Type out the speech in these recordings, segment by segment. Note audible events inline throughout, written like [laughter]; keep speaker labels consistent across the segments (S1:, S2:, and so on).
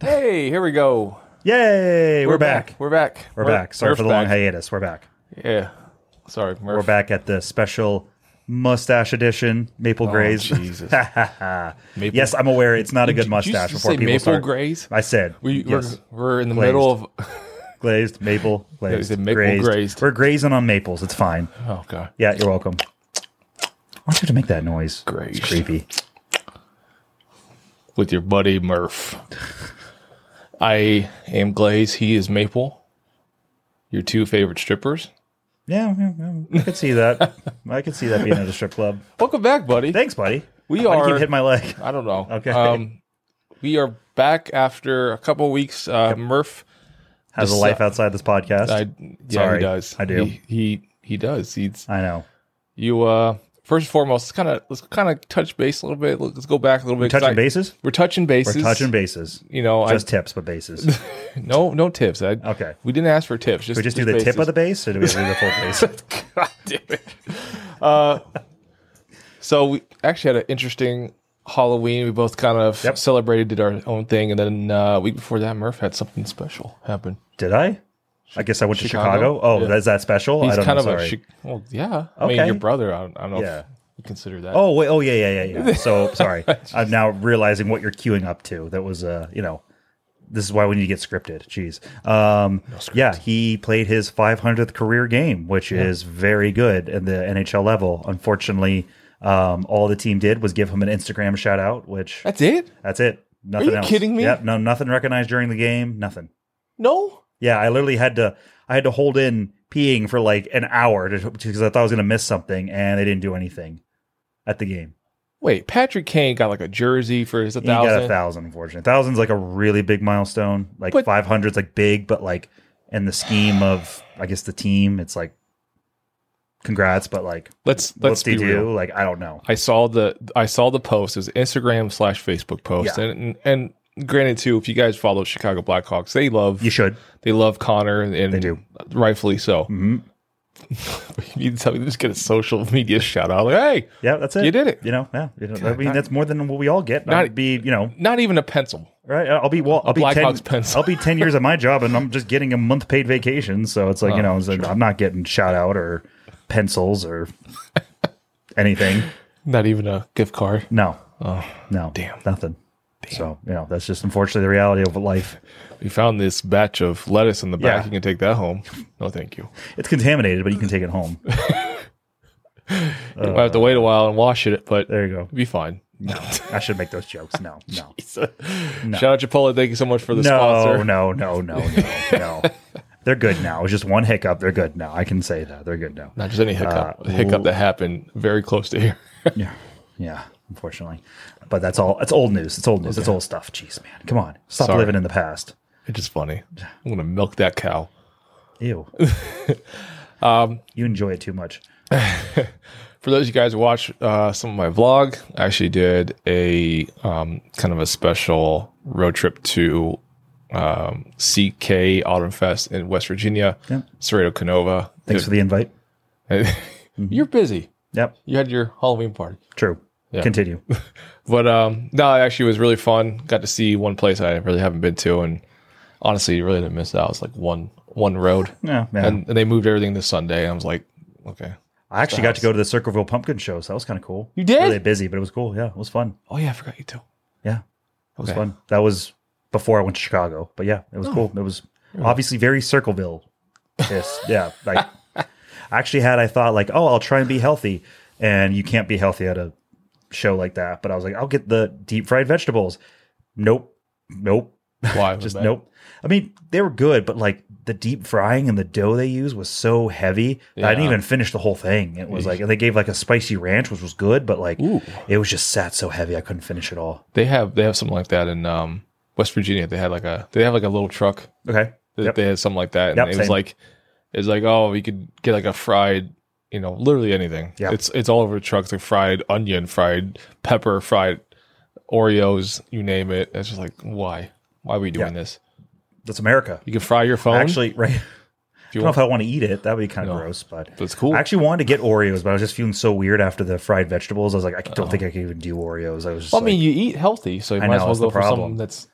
S1: Hey, here we go.
S2: Yay! We're, back.
S1: We're back.
S2: We're back. Sorry for the
S1: Murph's
S2: long
S1: back.
S2: hiatus. We're back.
S1: Yeah. Sorry, Murph.
S2: We're back at the special mustache edition,
S1: Oh,
S2: Maple Grays.
S1: Jesus. Maple-
S2: [laughs] yes, I'm aware it's not a good
S1: Did you
S2: mustache
S1: just
S2: before
S1: say
S2: people
S1: maple
S2: start.
S1: grays?
S2: I said
S1: We,
S2: yes.
S1: we're, we're in the
S2: Glazed.
S1: middle of. [laughs]
S2: glazed maple, glazed,
S1: said maple grazed.
S2: We're grazing on maples. It's fine.
S1: Oh, God.
S2: Yeah, you're welcome. I want you to make that noise.
S1: Grazed.
S2: It's creepy.
S1: With your buddy Murph. I am Glaze. He is Maple. Your two favorite strippers.
S2: Yeah, yeah, yeah, I could see that. I could see that being at a strip club.
S1: Welcome back, buddy.
S2: Thanks, buddy.
S1: We
S2: Why do you
S1: are-
S2: keep hitting my leg. [laughs]
S1: I don't know.
S2: Okay.
S1: Um, we are back after a couple weeks. Uh, Murph.
S2: Has a
S1: This,
S2: life
S1: uh,
S2: outside this podcast.
S1: I,
S2: I,
S1: yeah,
S2: Sorry.
S1: he does.
S2: I do.
S1: He, he, he does. He's,
S2: know.
S1: you, uh, first and foremost, let's kind of let's kind of touch base a little bit. Let's go back a little bit. 'cause
S2: Touching
S1: I-
S2: bases.
S1: We're touching bases.
S2: We're touching bases.
S1: You know,
S2: Just tips, but bases.
S1: I, [laughs] no, no tips. I,
S2: Okay.
S1: We didn't ask for tips. Just
S2: We just do the tip of the base, or do we do the full
S1: [laughs]
S2: base?
S1: the. God damn it. Uh, so we actually had an interesting Halloween. We both kind of
S2: Yep.
S1: celebrated, did our own thing, and then uh, week before that, Murph had something special happen.
S2: Did I? I guess I went to
S1: Chicago?
S2: Chicago. Oh, is that special? I
S1: He's
S2: don't
S1: kind
S2: know.
S1: of a.
S2: sorry.
S1: Chi- well, yeah. I mean,
S2: Okay.
S1: your brother. I don't, I don't know.
S2: Yeah.
S1: if you consider that.
S2: oh wait. Oh yeah, yeah, yeah,
S1: [laughs]
S2: yeah. So sorry. I'm now realizing what you're queuing up to. That was, uh, you know, this is why we need to get scripted. Jeez. Um, Yeah, he played his 500th career game, which is very good at the NHL level. Unfortunately, um, all the team did was give him an Instagram shout out, which
S1: that's it.
S2: that's it. Nothing
S1: you
S2: else.
S1: kidding me?
S2: Yep. No, nothing recognized during the game. Nothing.
S1: No.
S2: Yeah, I literally had to I had to hold in peeing for like an hour to- because I thought I was going to miss something, and they didn't do anything at the game.
S1: Wait, Patrick Kane got like a jersey for his
S2: He got a
S1: thousand.
S2: thousand, unfortunately. Thousand's like a really big milestone. Like
S1: But-
S2: five hundred's like big, but like in the scheme of I guess the team, it's like congrats, but like
S1: Let's let's
S2: what's he
S1: be real.
S2: do? Like I don't know.
S1: I saw the I saw the post. It was Instagram slash Facebook post,
S2: Yeah.
S1: and, and granted too, if you guys follow Chicago Blackhawks, they love
S2: You should.
S1: they love Connor, and, and
S2: They do.
S1: rightfully so.
S2: Mhm.
S1: [laughs] you need to tell me to just get a social media shout out. Like, hey,
S2: Yeah, that's it.
S1: You did it.
S2: You know, yeah. You know, I mean, that's more than what we all get. I'd be, you know,
S1: not even a pencil.
S2: Right, I'll be well. I'll be
S1: Black
S2: ten.
S1: Hawk's pencil.
S2: I'll be ten years at my job, and I'm just getting a month paid vacation. So it's
S1: Oh,
S2: like you know, it's like, I'm not getting shout out or
S1: [laughs]
S2: pencils or anything.
S1: Not even a gift card.
S2: No,
S1: Oh,
S2: no, damn, nothing. So you know, that's just unfortunately the reality of life.
S1: We found this batch of lettuce in the back.
S2: Yeah.
S1: You can take that home. No, thank you.
S2: It's contaminated, but you can take it home.
S1: I have to wait a while and wash it, but it'll
S2: Uh, There you go.
S1: be fine. [laughs]
S2: I should make those jokes. No, no,
S1: Shout out Chipotle. Thank you so much for the
S2: no,
S1: sponsor.
S2: no, no, no, no,
S1: [laughs]
S2: no. They're good now. It's just one hiccup. They're good now. I can say that. They're good now.
S1: Not just any hiccup. hiccup that happened very close to here. [laughs]
S2: Yeah. Yeah, unfortunately. But that's all it's old news. It's old news. It's old stuff. Jeez, man. Come on. Stop
S1: Sorry.
S2: living in the past.
S1: It's just funny. I'm gonna milk that cow. [laughs]
S2: Ew.
S1: Um,
S2: you enjoy it too much.
S1: For those of you guys who watch uh, some of my vlog, I actually did a um, kind of a special road trip to um, CK Autumn Fest in West Virginia, Cerrito Canova.
S2: Thanks for the invite.
S1: [laughs] You're busy.
S2: Yep.
S1: You had your Halloween party.
S2: True. Continue.
S1: [laughs] But um, no, it actually was really fun. Got to see one place I really haven't been to, and honestly, you really didn't miss out. It was like one one [laughs] road,
S2: Yeah, man.
S1: and, and they moved everything to Sunday. And I was like, okay,
S2: I actually got to go to the Circleville Pumpkin Show, so that was kind of cool.
S1: You did?
S2: Really busy, but it was cool. Yeah, it was fun.
S1: oh yeah, I forgot you too.
S2: Yeah, it was
S1: Okay. Oh.
S2: fun. That was before I went to Chicago, but yeah, it was cool. It was obviously very Circleville. Yes, yeah. Like, I actually had I thought like, oh, I'll try and be healthy, and you can't be healthy at a show like that. But I was like, I'll get the deep fried vegetables. Nope, nope,
S1: [laughs] Why?
S2: just nope. I mean, they were good, but like the deep frying and the dough they used was so heavy that I didn't
S1: Yeah.
S2: even finish the whole thing. It was like, and they gave like a spicy ranch, which was good, but like
S1: Ooh.
S2: it was just sat so heavy I couldn't finish it all.
S1: They have they have something like that in um, West Virginia. They had like a they have like a little truck
S2: Okay.
S1: that
S2: Yep.
S1: they had something like that, and
S2: Yep,
S1: it was
S2: same.
S1: like it was like oh, you could get like a fried. You know, literally anything.
S2: Yeah.
S1: It's it's all over the truck. It's like fried onion, fried pepper, fried Oreos, you name it. It's just like, why? Why are we doing this?
S2: That's America.
S1: You can fry your phone.
S2: Actually, right. I don't know if I want to eat it. That would be kind of gross, but
S1: That's cool.
S2: I actually wanted to get Oreos, but I was just feeling so weird after the fried vegetables. I was like, I don't think I can even do Oreos. I was just
S1: Uh-huh. Well, I mean,
S2: like,
S1: you eat healthy, so you
S2: I
S1: might
S2: know,
S1: as
S2: it's
S1: well
S2: the
S1: go for something
S2: problem.
S1: that's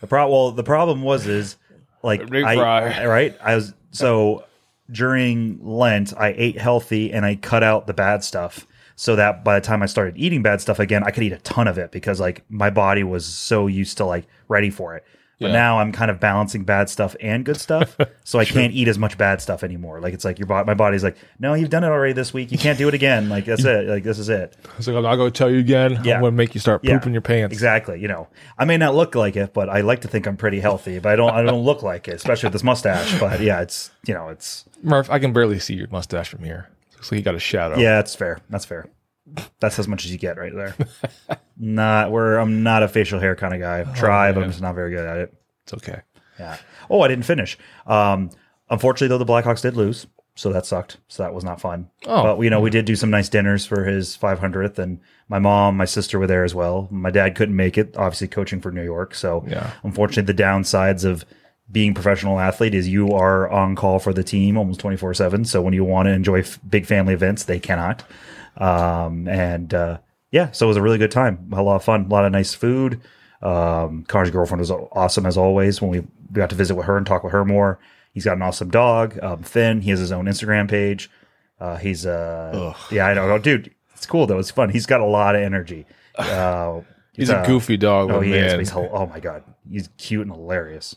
S2: The pro- well, the problem was is like
S1: Big
S2: I,
S1: fry.
S2: right. I was so during Lent, I ate healthy and I cut out the bad stuff. So that by the time I started eating bad stuff again, I could eat a ton of it because like my body was so used to like ready for it. But
S1: Yeah.
S2: now I'm kind of balancing bad stuff and good stuff, so I can't eat as much bad stuff anymore. Like it's like your body, my body's like, no, you've done it already this week. You can't do it again. Like that's it. Like this is it.
S1: It's like, I'm not going to tell you again.
S2: Yeah.
S1: I'm going to make you start
S2: Yeah,
S1: pooping your pants.
S2: Exactly. You know, I may not look like it, but I like to think I'm pretty healthy. But I don't. I don't look like it, especially with this mustache. But yeah, it's you know, it's
S1: Murph, I can barely see your mustache from here. Looks like you got a shadow.
S2: yeah, it's fair. That's fair. That's as much as you get right there. not where I'm not a facial hair kind of guy. I try, but I'm just not very good at it.
S1: It's okay.
S2: Yeah. Oh, I didn't finish. Um, unfortunately, though, the Blackhawks did lose, so that sucked. So that was not fun.
S1: Oh.
S2: but you know, we did do some nice dinners for his 500th, and my mom, my sister were there as well. My dad couldn't make it, obviously coaching for New York. So,
S1: Yeah.
S2: unfortunately, the downsides of being a professional athlete is you are on call for the team almost 24 7. So when you want to enjoy f- big family events, they cannot. Um, and uh, yeah, so it was a really good time. A lot of fun, a lot of nice food. Um, Connor's girlfriend was aw- awesome as always when we, we got to visit with her and talk with her more. He's got an awesome dog, um, Finn. He has his own Instagram page. Uh, he's uh, yeah, I don't know, dude. It's cool though. It's fun. He's got a lot of
S1: [laughs]
S2: energy. Uh,
S1: He's a goofy dog.
S2: Oh,
S1: Oh,
S2: he is.
S1: man.
S2: He's hel- oh my god, he's cute
S1: [laughs]
S2: and hilarious.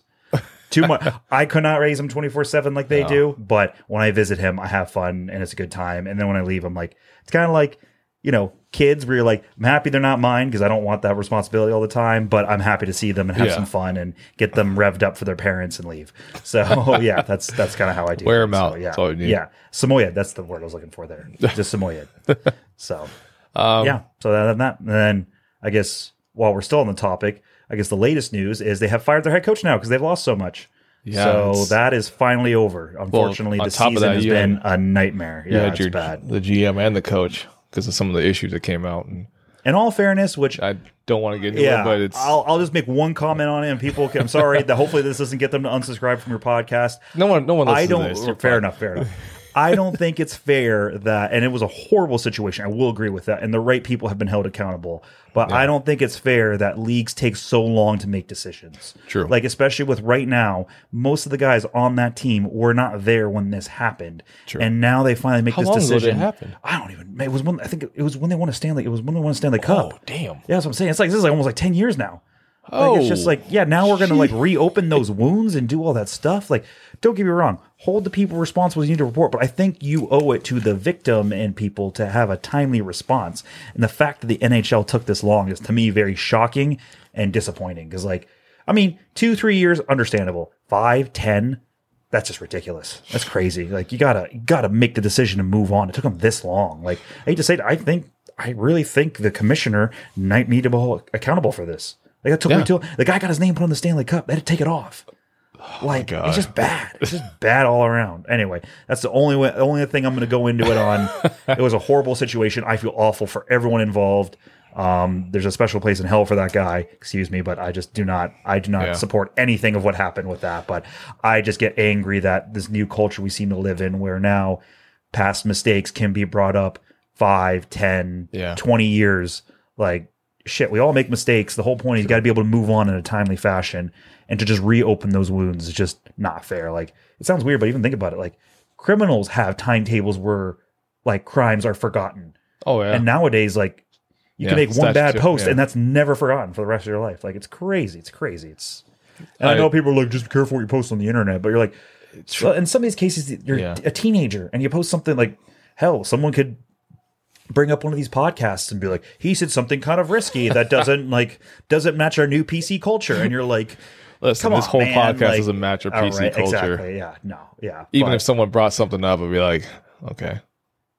S2: Too much. I could not raise him twenty four seven like they do, but when I visit him, I have fun and it's a good time. And then when I leave, I'm like, it's kind of like you know kids where you're like, I'm happy they're not mine because I don't want that responsibility all the time, but I'm happy to see them and have
S1: Yeah.
S2: some fun and get them revved up for their parents and leave. So [laughs] yeah, that's that's kind of how I do.
S1: Wear
S2: it.
S1: him out.
S2: So,
S1: That's all you need.
S2: Yeah, Samoyed. That's the word I was looking
S1: [laughs]
S2: for there. Just Samoyed. so
S1: Oh.
S2: yeah. So other than that, and then I guess while we're still on the topic, I guess the latest news is they have fired their head coach now because they've lost so much.
S1: Yeah,
S2: so
S1: it's-
S2: that is finally over. Unfortunately,
S1: on
S2: the
S1: top of
S2: season
S1: that,
S2: has
S1: you
S2: been a nightmare. Yeah,
S1: had
S2: it's
S1: your-
S2: bad.
S1: The GM and the coach because of some of the issues that came out. And
S2: In all fairness, which
S1: I don't want to get into
S2: yeah,
S1: it, but it's.
S2: I'll, I'll just make one comment on it, and people can. I'm sorry that hopefully this doesn't get them to unsubscribe from your podcast.
S1: no one, no one.
S2: I
S1: listens to
S2: don't.
S1: this. You're
S2: fair
S1: fine.
S2: enough.
S1: [laughs]
S2: Fair enough. I don't think it's fair that, and it was a horrible situation. I will agree with that. And the right people have been held accountable, but I don't think it's fair that leagues take so long to make decisions.
S1: True.
S2: Like especially with right now, most of the guys on that team were not there when this happened, True. and now they finally make
S1: How
S2: this
S1: long ago did it
S2: decision.
S1: happen?
S2: I don't even. It was when I think it was when they won a Stanley. It was when they won a Stanley Cup.
S1: Oh, damn.
S2: Yeah, that's what I'm saying. It's like this is like almost like ten years now. Like, it's just
S1: Oh.
S2: like yeah, now we're gonna like reopen those wounds and do all that stuff. Like, don't get me wrong, hold the people responsible you need to report, but I think you owe it to the victim and people to have a timely response. And the fact that the NHL took this long is to me very shocking and disappointing. Because like, I mean, two, three years, understandable. Five, ten, that's just ridiculous. That's crazy. Like you gotta you gotta make the decision and move on. It took them this long. Like I hate to say it, I think I really think the commissioner might need to be held accountable for this. Like that took me
S1: Yeah.
S2: too. The guy got his name put on the Stanley Cup. They had to take it off. Like
S1: Oh God.
S2: it's just bad. It's just bad all around. Anyway, that's the only way, the only thing I'm going to go into it on. it was a horrible situation. I feel awful for everyone involved. Um, there's a special place in hell for that guy. Excuse me, but I just do not. I do not
S1: Yeah.
S2: support anything of what happened with that. But I just get angry that this new culture we seem to live in, where now past mistakes can be brought up five, ten, twenty
S1: Yeah.
S2: 20 years like shit we all make mistakes the whole point is you got to be able to move on in a timely fashion and to just reopen those wounds is just not fair like it sounds weird but even think about it like criminals have timetables where like crimes are forgotten
S1: Oh yeah.
S2: and nowadays like you can
S1: Yeah,
S2: make one bad
S1: statute,
S2: post
S1: yeah.
S2: and that's never forgotten for the rest of your life like it's crazy it's crazy it's and I,
S1: I-
S2: know people are like just be careful what you post on the internet but you're like well, in some of these cases you're
S1: Yeah.
S2: a teenager and you post something like hell someone could bring up one of these podcasts and be like, he said something kind of
S1: [laughs]
S2: risky that doesn't like doesn't match our new PC culture, and you're like,
S1: Listen,
S2: come
S1: this
S2: on,
S1: whole
S2: man.
S1: podcast
S2: like,
S1: doesn't match our
S2: all
S1: PC
S2: right,
S1: culture.
S2: Exactly. Yeah. No. Yeah.
S1: Even
S2: but,
S1: if someone brought something up, I'd be like, okay,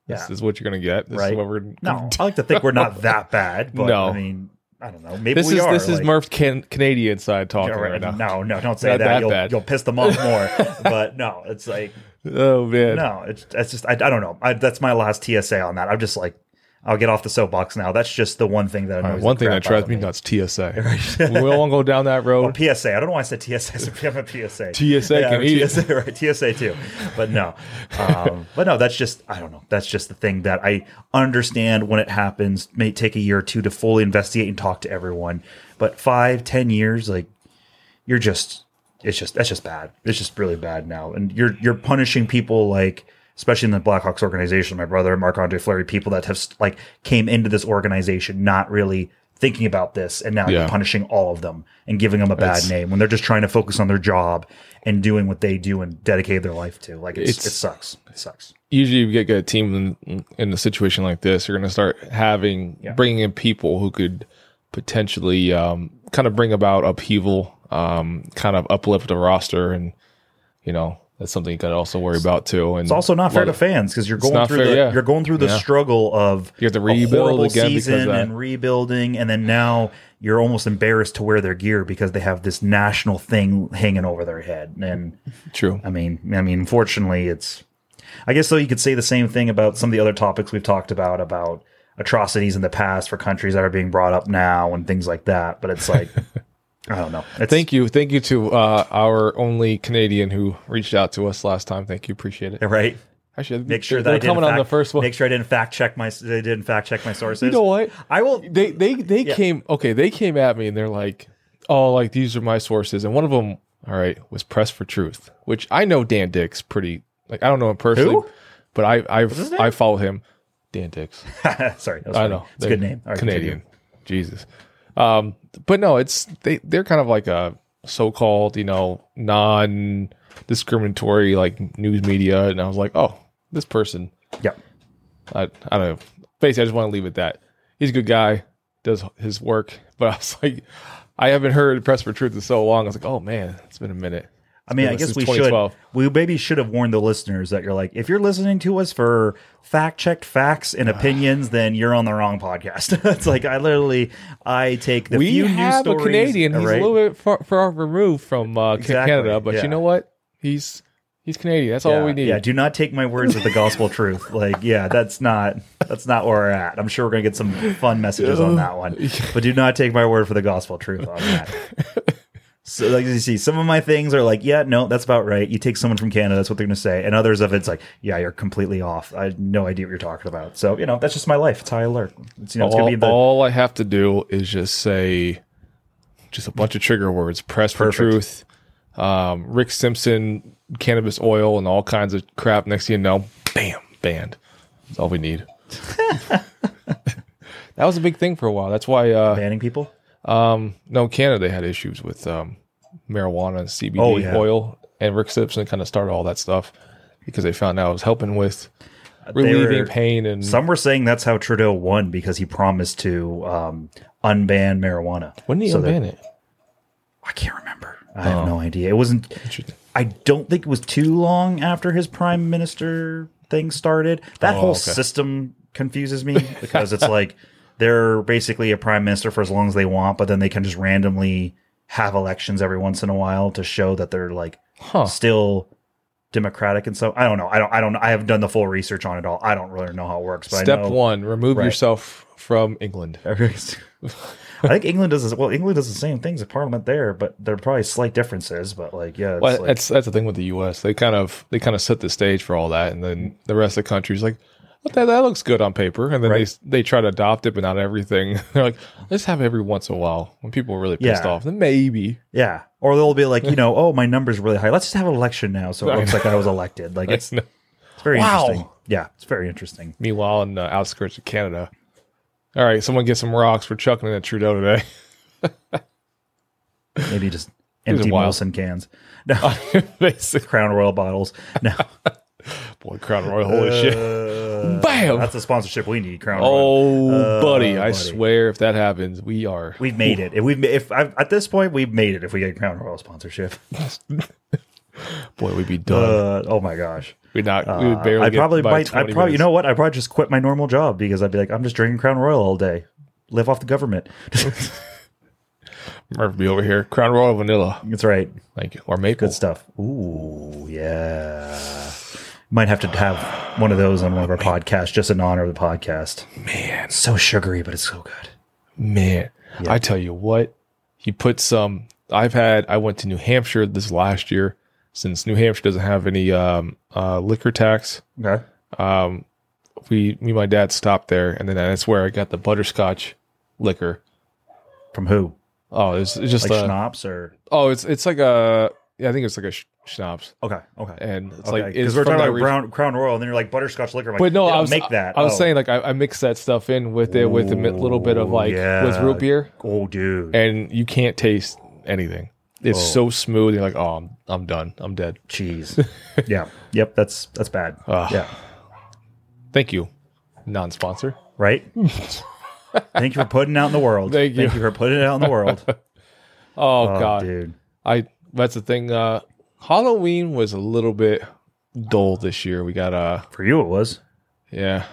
S2: yeah,
S1: this is what you're gonna get. This
S2: Right.
S1: is what we're gonna.
S2: no, I like to think we're not that bad, but
S1: [laughs] No.
S2: I mean, I don't know. Maybe
S1: [laughs] This
S2: we
S1: is
S2: are.
S1: this is
S2: like-
S1: Murph Can- Canadian side
S2: all
S1: talking
S2: right,
S1: right, now.
S2: No, no, don't say
S1: Not
S2: that.
S1: that
S2: you'll,
S1: bad.
S2: you'll piss them off more. [laughs] but no, it's like
S1: Oh man.
S2: no, it's that's just I, I don't know. I, that's my last TSA on that. I'm just like I'll get off the soapbox now. That's just the one thing that annoys
S1: One thing
S2: the
S1: that
S2: crap
S1: drives
S2: out of
S1: me nuts:
S2: [laughs]
S1: TSA. we won't go down that
S2: Well,
S1: road.
S2: PSA. I don't know why I said TSA. So I'm a [laughs] PSA.
S1: TSA
S2: yeah,
S1: can
S2: or
S1: eat it.
S2: TSA, Right, TSA too. But no,
S1: [laughs]
S2: um, but no. That's just I don't know. That's just the thing that I understand when it happens. May take a year or two to fully investigate and talk to everyone. But five, ten years, like you're just it's just that's just bad. It's just really bad now. And you're you're punishing people like especially in the Blackhawks organization, my brother Marc Andre Fleury, people that have like came into this organization not really thinking about this, and now
S1: Yeah.
S2: you're punishing all of them and giving them a bad
S1: It's-
S2: name when they're just trying to focus on their job and doing what they do and dedicate their life to. Like it's,
S1: It's-
S2: it sucks. It sucks.
S1: Usually, you get a team in, in a situation like this, you're going to start having bringing in people who could potentially um, kind of bring about upheaval, um, kind of uplift the roster, and you know that's something you got to also worry about too. And
S2: It's also not fair to fans because you're going
S1: not
S2: through
S1: fair,
S2: the
S1: yeah.
S2: you're going through the struggle of
S1: You have to
S2: a
S1: rebuild
S2: horrible
S1: again because
S2: season
S1: of that.
S2: and rebuilding, and then now you're almost embarrassed to wear their gear because they have this national thing hanging over their head. And
S1: true.
S2: I mean, I mean, unfortunately, it's. I guess though you could say the same thing about some of the other topics we've talked about about atrocities in the past for countries that are being brought up now and things like that. But
S1: [laughs]
S2: it's like I don't know. It's,
S1: Thank you, thank you to uh, our only Canadian who reached out to us last time. Thank you, appreciate it.
S2: [laughs] right.
S1: Actually,
S2: Make sure that
S1: they're
S2: I didn't
S1: coming on
S2: fact-
S1: the first one.
S2: Make sure I didn't fact check my. They didn't fact check my sources.
S1: You know what?
S2: I will.
S1: they they they came okay they came at me and they're like oh like these are my sources and one of them all right was press for truth which i know dan dix pretty like i don't know him personally
S2: Who?
S1: but i i
S2: his name?
S1: i follow him dan dix
S2: [laughs] Sorry, that was
S1: i
S2: funny.
S1: know
S2: It's a good name. All right,
S1: canadian jesus um but no it's they they're kind of like a so-called you know non discriminatory like news media and i was like oh this person
S2: continue. Yeah.
S1: I, I don't know. Basically, I just want to leave it at that. He's a good guy, does his work. [laughs] But I was like, I haven't heard Press for Truth in so long. I was like, oh man, it's been a minute.
S2: I mean,
S1: been
S2: I guess
S1: since
S2: we should.
S1: 2012.
S2: We maybe should have warned the listeners that you're like, if you're listening to us for fact checked
S1: [sighs]
S2: facts and opinions, then you're on the wrong podcast. [laughs] it's like I literally, I take the
S1: We
S2: few
S1: have
S2: news
S1: a
S2: stories,
S1: Canadian. He's
S2: right?
S1: a little bit far, far removed from uh, Ca-
S2: Exactly,
S1: Canada, but
S2: yeah.
S1: you know what? He's he's Canadian. That's
S2: yeah,
S1: all we need.
S2: yeah, do not take my words as
S1: [laughs]
S2: the gospel truth. Like, yeah, that's not that's not where we're at. I'm sure we're gonna get some fun messages on
S1: [laughs]
S2: that one, but do not take my word for the gospel truth on that.
S1: [laughs]
S2: So, like you see, some of my things are like, yeah, no, that's about right. You take someone from Canada, that's what they're gonna say, and others of it's like, yeah, you're completely off. I have no idea what you're talking about. So, you know, that's just my life. It's how I learn. It's, you know, it's
S1: all,
S2: gonna be the
S1: all I have to do is just say just a bunch of trigger words. Press for
S2: Perfect.
S1: truth. Um, Rick Simpson, cannabis oil, and all kinds of crap. Next thing you know, bam, banned. That's all we
S2: [laughs]
S1: need. that was a big thing for a while. That's why uh,
S2: banning people.
S1: no Canada they had issues with um, marijuana and CBD
S2: Oh, yeah.
S1: oil, and Rick Simpson kind of started all that stuff because they found out it was helping with
S2: They were-
S1: relieving pain and
S2: Some were saying that's how Trudeau won because he promised to um, unban marijuana.
S1: when did he
S2: So that-
S1: ban it?
S2: I can't remember. I have
S1: Oh.
S2: no idea. It wasn't. I don't think it was too long after his prime minister thing started. That whole
S1: Oh, okay.
S2: system
S1: [laughs]
S2: confuses me because it's like they're basically a prime minister for as long as they want, but then they can just randomly have elections every once in a while to show that they're like still democratic and so I don't know. I don't. I don't. I haven't done the full research on it all. I don't really know how it works. But I
S1: Step
S2: know,
S1: one: remove
S2: Right.
S1: yourself from England.
S2: [laughs] I think England does this, well. England does the same things at Parliament there, but there are probably slight differences. But like, yeah, it's
S1: Well,
S2: like,
S1: that's that's the thing with the U.S. They kind of they kind of set the stage for all that, and then the rest of the country's like, "Well, that, that looks good on paper, and then
S2: Right.
S1: they they try to adopt it, but not everything. [laughs] They're like, let's have every once in a while when people are really pissed
S2: Yeah.
S1: off, then maybe.
S2: yeah. Or they'll be like,
S1: [laughs]
S2: you know, oh, my number's really high. Let's just have an election now, so it
S1: I
S2: looks like I was elected. Like it's, it's very
S1: Wow.
S2: interesting. Yeah, it's very interesting.
S1: Meanwhile, in the outskirts of Canada, all right, someone get some rocks. We're chucking it at Trudeau today. [laughs]
S2: Maybe just
S1: was
S2: empty
S1: wild.
S2: Molson cans, [laughs] no
S1: Basically,
S2: Crown Royal bottles. No,
S1: [laughs] boy, Crown Royal, holy shit,
S2: Uh,
S1: bam!
S2: that's the sponsorship we need. Crown Royal.
S1: oh, buddy, I
S2: Uh, buddy.
S1: swear, if that happens, we are.
S2: We've made it. If we've if i at this point we've made it. If we get Crown Royal sponsorship,
S1: [laughs] boy, we'd be done.
S2: uh, oh my gosh.
S1: we'd not. we would barely.
S2: Uh, I
S1: get
S2: probably
S1: by
S2: might. I
S1: 20
S2: probably, you
S1: minutes.
S2: know what? I probably just quit my normal job because I'd be like, I'm just drinking Crown Royal all day, live off the government. [laughs]
S1: Murph be over here. Crown Royal vanilla,
S2: That's right.
S1: like or maple.
S2: Good stuff. Ooh, yeah. Might have to have one of those on one of our podcasts, just in honor of the podcast.
S1: Man,
S2: So sugary, but it's so good.
S1: man,
S2: Yeah.
S1: I tell you what, he put some. I've had. I went to New Hampshire this last year. Since New Hampshire doesn't have any um, uh, liquor tax,
S2: Okay.
S1: um, we me and my dad stopped there, and then that's where I got the butterscotch liquor.
S2: From who?
S1: Oh, it's, it's just
S2: Like
S1: a,
S2: schnapps or
S1: oh, it's it's like a yeah, I think it's like a sch- schnapps,
S2: okay, okay,
S1: and it's
S2: okay.
S1: like
S2: Because
S1: it's
S2: we're
S1: from
S2: talking
S1: that
S2: about
S1: region.
S2: brown, Crown Royal, and then you're like butterscotch liquor. I'm like,
S1: But no,
S2: they
S1: I
S2: don't
S1: was
S2: make that.
S1: I was
S2: Oh.
S1: saying like I, I mix that stuff in with it with a mi- little bit of
S2: Ooh,
S1: like with root
S2: yeah.
S1: beer,
S2: oh, dude,
S1: and you can't taste anything. It's so
S2: Whoa.
S1: smooth. You're like, oh, I'm, I'm done. I'm dead.
S2: cheese. yeah, yep, that's that's bad.
S1: Ugh.
S2: Yeah,
S1: Thank you, non-sponsor.
S2: right. Thank you for putting it out in the world.
S1: Thank you.
S2: Thank you for putting it out in the world.
S1: Oh,
S2: Oh,
S1: [laughs] god,
S2: dude.
S1: I that's the thing. Uh, Halloween was a little bit dull this year. We got uh,
S2: For you, it was.
S1: yeah.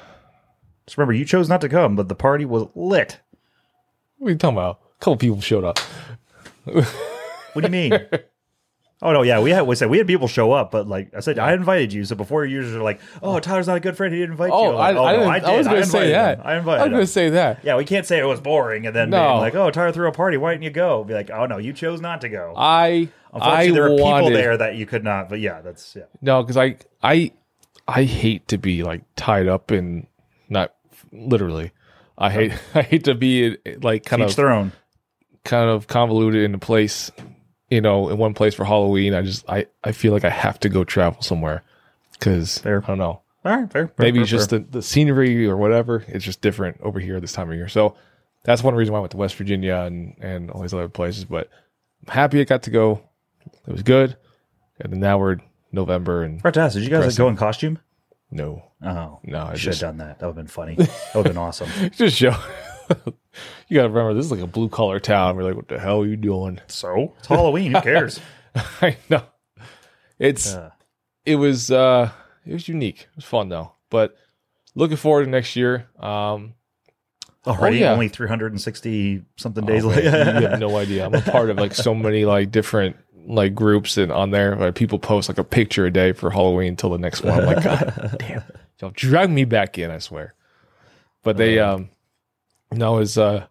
S2: Just remember, you chose not to come, but the party was lit.
S1: What are you talking about? A couple people showed up.
S2: What do you mean?
S1: [laughs]
S2: oh no, yeah, we had we said we had people show up, but like I said, I invited you. So before your users are like, "Oh, Tyler's not a good friend. He didn't invite you."
S1: Oh, I,
S2: I'm like, "Oh,
S1: I,
S2: no,
S1: didn't, I, was
S2: did.
S1: going to say
S2: invited
S1: that.
S2: him. I
S1: I was
S2: invited.
S1: going
S2: him."
S1: to say that.
S2: Yeah, we can't say it was boring and then
S1: No.
S2: being like, "Oh, Tyler threw a party. Why didn't you go?" Be like, "Oh no, you chose not to go."
S1: I I
S2: Unfortunately, there were people
S1: wanted
S2: there that you could not. But yeah, that's yeah.
S1: No, because I I I hate to be like tied up in not literally. I hate [laughs] I hate to be like kind
S2: Each
S1: of
S2: their own.
S1: kind of convoluted in a place, you know, in one place for Halloween. I just I I feel like I have to go travel somewhere because I
S2: Fair.
S1: don't know.
S2: All right, fair. fair,
S1: Maybe
S2: fair,
S1: it's just
S2: fair.
S1: the, the scenery or whatever. It's just different over here this time of year. So that's one reason why I went to West Virginia and, and all these other places. But I'm happy I got to go. It was good. And then now we're November and
S2: Right, to ask, did you guys like, go in costume?
S1: no,
S2: Oh,
S1: no,
S2: I
S1: it's
S2: should have
S1: just
S2: done that. That would have been funny. That would have
S1: [laughs]
S2: been awesome.
S1: just show. you gotta remember this is like a blue collar town. We're like, what the hell are you doing? [laughs]
S2: So it's Halloween. Who cares?
S1: I know. It's
S2: Uh,
S1: it was uh it was unique. It was fun though. But looking forward to next year. Um
S2: already
S1: yeah.
S2: only 360 something days
S1: oh, man,
S2: later.
S1: you
S2: [laughs]
S1: have no idea. I'm a part of like so many like different like groups and on there like people post like a picture a day for Halloween until the next one. I'm like,
S2: [laughs]
S1: God damn. Y'all drag me back in, I swear. But they um no is uh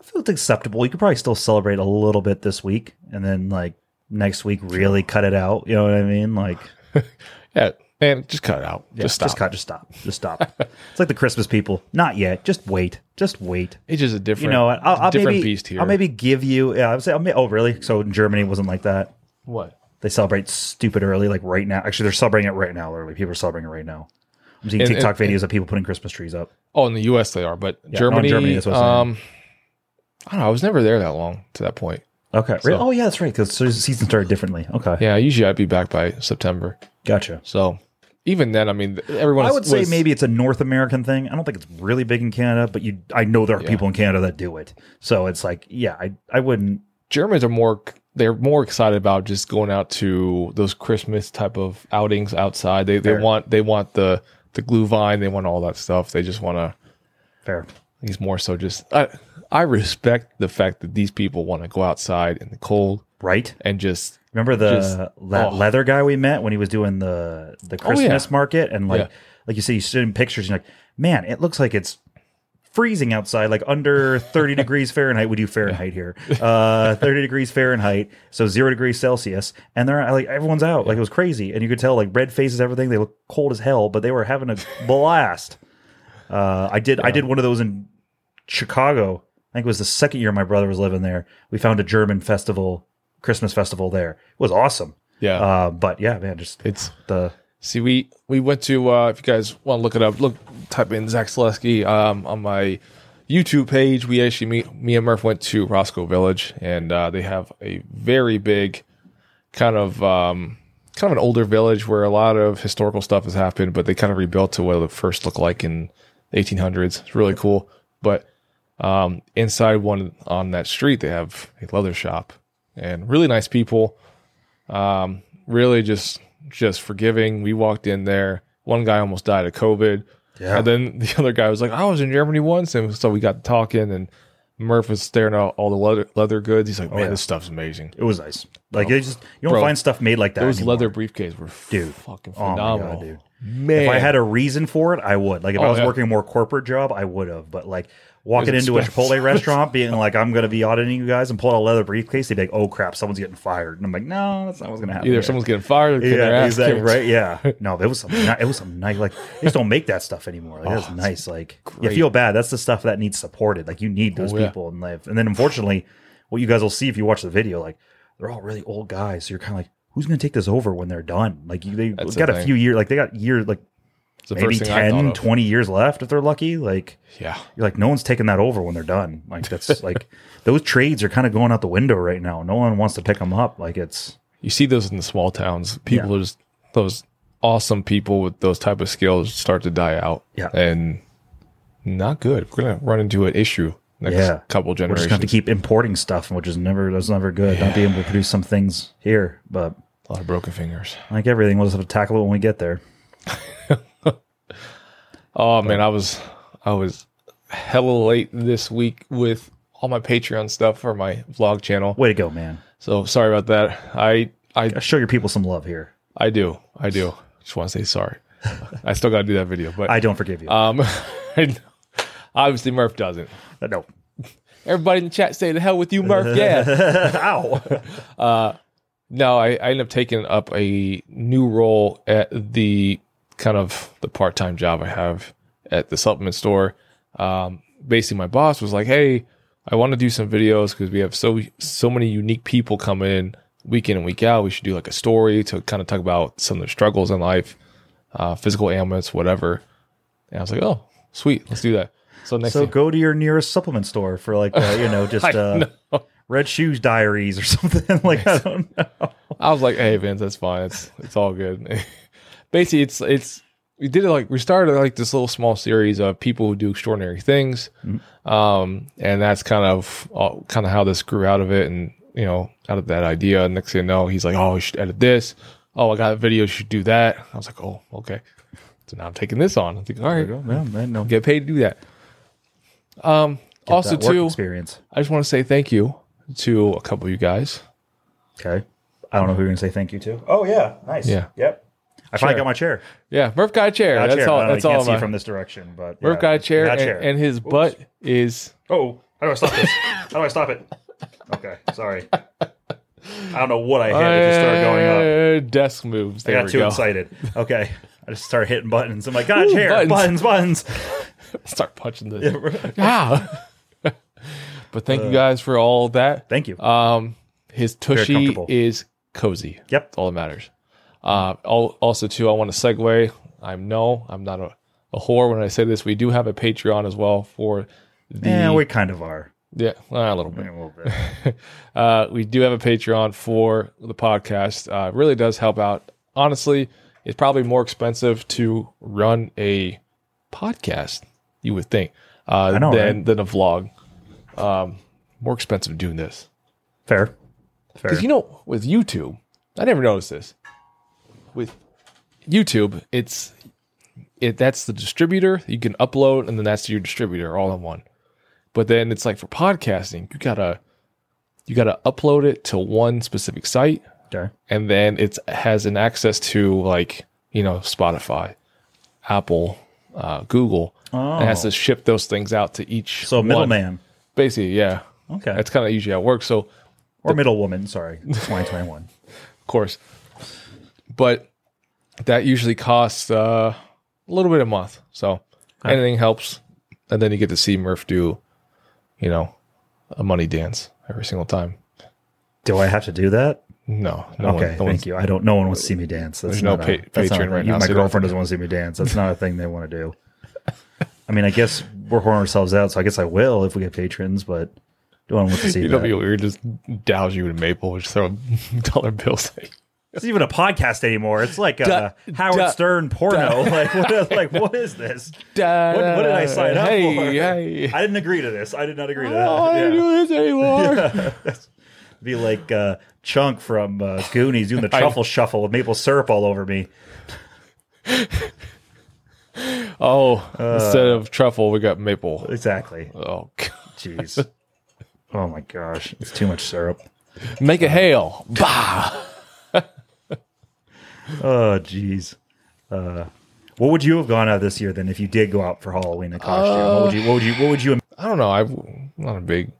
S2: I feel it's acceptable. You could probably still celebrate a little bit this week and then like next week really cut it out. You know what I mean? Like
S1: yeah, man, just cut it out.
S2: yeah,
S1: just stop.
S2: just cut, just stop.
S1: [laughs]
S2: Just stop. it's like the Christmas people. Not yet. Just wait. Just wait.
S1: It's just a different
S2: You know what? I'll, I'll
S1: different
S2: maybe,
S1: beast here.
S2: I'll maybe give you yeah, I would say I'll may, oh really? So in Germany it wasn't like that.
S1: what?
S2: They celebrate stupid early, like right now. Actually they're celebrating it right now, literally. People are celebrating it right now. I'm seeing
S1: And-
S2: TikTok videos of people putting Christmas trees up.
S1: Oh, in the U.S. they are, but
S2: no, in
S1: Germany.
S2: Germany, that's what I'm
S1: um, I don't know. I was never there that long to that point.
S2: Okay. Really? Oh yeah, that's right. Because the season started differently. Okay.
S1: Yeah, usually I'd be back by September.
S2: Gotcha.
S1: So even then, I mean, th- everyone.
S2: I would say
S1: was-
S2: maybe it's a North American thing. I don't think it's really big in Canada, but you, I know there are people in Canada that do it. So it's like, yeah, I, I wouldn't.
S1: Germans are more. They're more excited about just going out to those Christmas type of outings outside. They
S2: Fair.
S1: they want they want the the glue vine. They want all that stuff. They just want to.
S2: Fair.
S1: He's more so just. I I respect the fact that these people want to go outside in the cold
S2: Right.
S1: and just
S2: Remember the
S1: Just-
S2: that
S1: oh.
S2: leather guy we met when he was doing the the
S1: yeah.
S2: Christmas market, and like
S1: Yeah.
S2: like you said, you stood in pictures. And you're like, man, it looks like it's freezing outside, like
S1: [laughs]
S2: under thirty degrees Fahrenheit. We do Fahrenheit here, uh, thirty degrees Fahrenheit, so zero degrees Celsius, and they're like everyone's out, like it was crazy, and you could tell like red faces, everything. They look cold as hell, but they were
S1: [laughs]
S2: having a blast. Uh, I did I did one of those in Chicago. I think it was the second year my brother was living there. We found a German festival, Christmas festival there. It was awesome.
S1: yeah.
S2: Uh, but yeah, man, just
S1: it's
S2: the
S1: See, we we went to uh, if you guys want to look it up, look type in Zach Selesky um, on my YouTube page. We actually me, me and Murph went to Roscoe Village, and uh, they have a very big kind of um, kind of an older village where a lot of historical stuff has happened, but they kind of rebuilt to what it first looked like in 1800s. It's really cool. But um, inside one on that street, they have a leather shop and really nice people. Um, really just just forgiving. We walked in there. One guy almost died of COVID.
S2: Yeah.
S1: And then the other guy was like, I was in Germany once. And so we got talking and Murph was staring at all the leather, leather goods. He's like, man,
S2: Oh, yeah.
S1: this stuff's amazing.
S2: It was nice. Like they just you
S1: Oh.
S2: don't
S1: Bro,
S2: find stuff made like that.
S1: Those
S2: anymore.
S1: leather briefcases were
S2: Dude.
S1: fucking
S2: Oh my God,
S1: phenomenal.
S2: dude.
S1: Man,
S2: If I had a reason for it, I would. Like if I
S1: Oh,
S2: was
S1: yeah.
S2: working a more corporate job, I would have. But like walking
S1: There's
S2: into a
S1: expense. [laughs]
S2: Chipotle restaurant, being like, "I'm going to be auditing you guys," and pull out a leather briefcase, they'd be like, "Oh crap, someone's getting fired," and I'm like, "No, that's not what's going to happen."
S1: either
S2: here."
S1: someone's getting fired or getting their
S2: yeah,
S1: ass
S2: exactly
S1: kicked. [laughs]
S2: right. Yeah, no, it was something. ni- It was something nice. Like they just don't make that stuff anymore. Like, that's nice. Like you
S1: Oh, great.
S2: feel bad. That's the stuff that needs supported. Like you need those
S1: Oh, yeah.
S2: people and live. And then unfortunately, what you guys will see if you watch the video, like they're all really old guys. So you're kind of like, who's going to take this over when they're done? Like you, they
S1: That's the
S2: got a
S1: thing.
S2: few years. Like they got years. Like
S1: It's the
S2: maybe
S1: first thing I thought
S2: 10
S1: of.
S2: 20 years left if they're lucky like
S1: Yeah.
S2: you're like no one's taking that over when they're done like that's like [laughs] those trades are kind of going out the window right now no one wants to pick them up like it's
S1: You see those in the small towns. People are just those awesome people with those type of skills start to die out.
S2: Yeah.
S1: And not good. We're gonna run into an issue next
S2: Yeah.
S1: couple
S2: we're just
S1: generations.
S2: gonna have to keep importing stuff which is never that's never good not being able to produce some things here but
S1: a lot of broken fingers.
S2: like everything we'll just have to tackle it when we get there
S1: Oh man, I was I was hella late this week with all my Patreon stuff for my vlog channel.
S2: way to go man
S1: So sorry about that. I I
S2: Gotta show your people some love here
S1: I do. I do. Just want to say
S2: [laughs]
S1: sorry. I still got to do that video, but
S2: i don't forgive you
S1: um, I know- [laughs] obviously Murph doesn't.
S2: Uh, no
S1: Everybody in the chat say the hell with you, Murph. Yeah. Uh,
S2: ow
S1: no, I, I ended up taking up a new role at the kind of the part time job I have at the supplement store. Um, basically, my boss was like, "Hey, I want to do some videos because we have so so many unique people coming in week in and week out. We should do like a story to kind of talk about some of their struggles in life, uh, physical ailments, whatever." And I was like, "Oh, sweet, let's do that." So next,
S2: so
S1: thing,
S2: go to your nearest supplement store for like uh, you
S1: [laughs]
S2: know just uh, red shoes diaries or [laughs] something like i don't know
S1: I was like, "Hey, Vince, that's fine. It's it's all good." [laughs] Basically, it's it's we did it like we started like this little small series of people who do extraordinary things,
S2: Mm-hmm.
S1: um, and that's kind of uh, kind of how this grew out of it, and you know, out of that idea. Next thing you know, he's like, "Oh, you should edit this. Oh, I got a video. You should do that." I was like, "Oh, okay." So now I'm taking this on. I'm thinking, "All right,
S2: Yeah, man, no.
S1: get paid to do that." Um, also,
S2: that work
S1: too,
S2: experience.
S1: I just want to say thank you to a couple of you guys.
S2: Okay. I don't know who you're gonna say thank you to. Oh yeah, nice.
S1: Yeah.
S2: Yep. I finally got my chair.
S1: Yeah, Murph got a chair.
S2: Got a
S1: that's
S2: chair.
S1: all.
S2: I don't know,
S1: that's
S2: you
S1: all.
S2: can't see
S1: my-
S2: it from this direction, but
S1: Murph
S2: yeah.
S1: got a chair,
S2: Got
S1: and, and his butt is
S2: oh, how do I stop this? how do I stop it? Okay, sorry. I don't know what I hit. It just started going up.
S1: Uh, desk moves.
S2: I
S1: There
S2: got
S1: we
S2: too
S1: go.
S2: excited. Okay. I just started hitting buttons. I'm like, got a chair, buttons,
S1: buttons.
S2: buttons.
S1: [laughs] Start punching
S2: [laughs]
S1: this. ah. [laughs] but thank you guys for all that.
S2: Uh, Thank you.
S1: Um, his tushy
S2: comfortable.
S1: is cozy.
S2: Yep.
S1: That's all that matters. Uh, al- also, too, I want to segue. I'm no, I'm not a, a whore when I say this. We do have a Patreon as well for the
S2: yeah, we kind of are.
S1: yeah, uh, a little bit.
S2: A little bit.
S1: uh, we do have a Patreon for the podcast. Uh, it really does help out. Honestly, it's probably more expensive to run a podcast, you would think, uh,
S2: know,
S1: than,
S2: right?
S1: than a vlog. Um, more expensive doing this.
S2: Fair. Fair.
S1: Because, you know, with YouTube, I never noticed this. With YouTube, it's it that's the distributor you can upload, and then that's your distributor all in one. But then it's like for podcasting, you gotta you gotta upload it to one specific site,
S2: okay.
S1: and then it has an access to like you know Spotify, Apple, uh, Google.
S2: Oh.
S1: It has to ship those things out to each.
S2: So
S1: one.
S2: middleman.
S1: basically, yeah.
S2: Okay.
S1: That's kind of usually how it works. So
S2: or middle woman, sorry. 2021.
S1: course. But that usually costs uh, a little bit a month. So anything helps. And then you get to see Murph do, you know, a money dance every single time.
S2: Do I have to do that?
S1: No, no
S2: Okay,
S1: one, no one's-
S2: thank you. I don't. No one wants to see me dance. That's
S1: There's no
S2: not a,
S1: pa-
S2: that's not a
S1: Patreon
S2: thing.
S1: right
S2: You-
S1: now,
S2: My
S1: so you don't-
S2: girlfriend doesn't want to see me dance. That's not a thing they want to do. I mean, I guess we're whoring ourselves out, so I guess I will if we get patrons. But do I want to
S1: [laughs]
S2: see
S1: you know,
S2: that?
S1: it'd be weird. Just douse you in maple, just throw
S2: [laughs]
S1: dollar bills. at you.
S2: it's not even a podcast anymore. It's like a Howard
S1: duh,
S2: Stern porno. [laughs] Like, what, like what is this? What, what did I sign up
S1: hey,
S2: for?
S1: Hey,
S2: [laughs] I didn't agree to this. I did not agree to
S1: Oh, I
S2: that.
S1: don't want to
S2: [laughs] Yeah.
S1: do this anymore.
S2: Be like uh, Chunk from uh, Goonies doing the
S1: [laughs] I-
S2: truffle shuffle with maple syrup all over me. Uh.
S1: Oh, instead of truffle, we got maple.
S2: Exactly.
S1: Oh, God.
S2: Jeez. Oh my gosh, it's too much syrup.
S1: Make a hail. Bah.
S2: Oh jeez. Uh, what would you have gone out this year then if you did go out for Halloween a costume? what would you? What would you? What would you?
S1: I don't know. I'm not a big,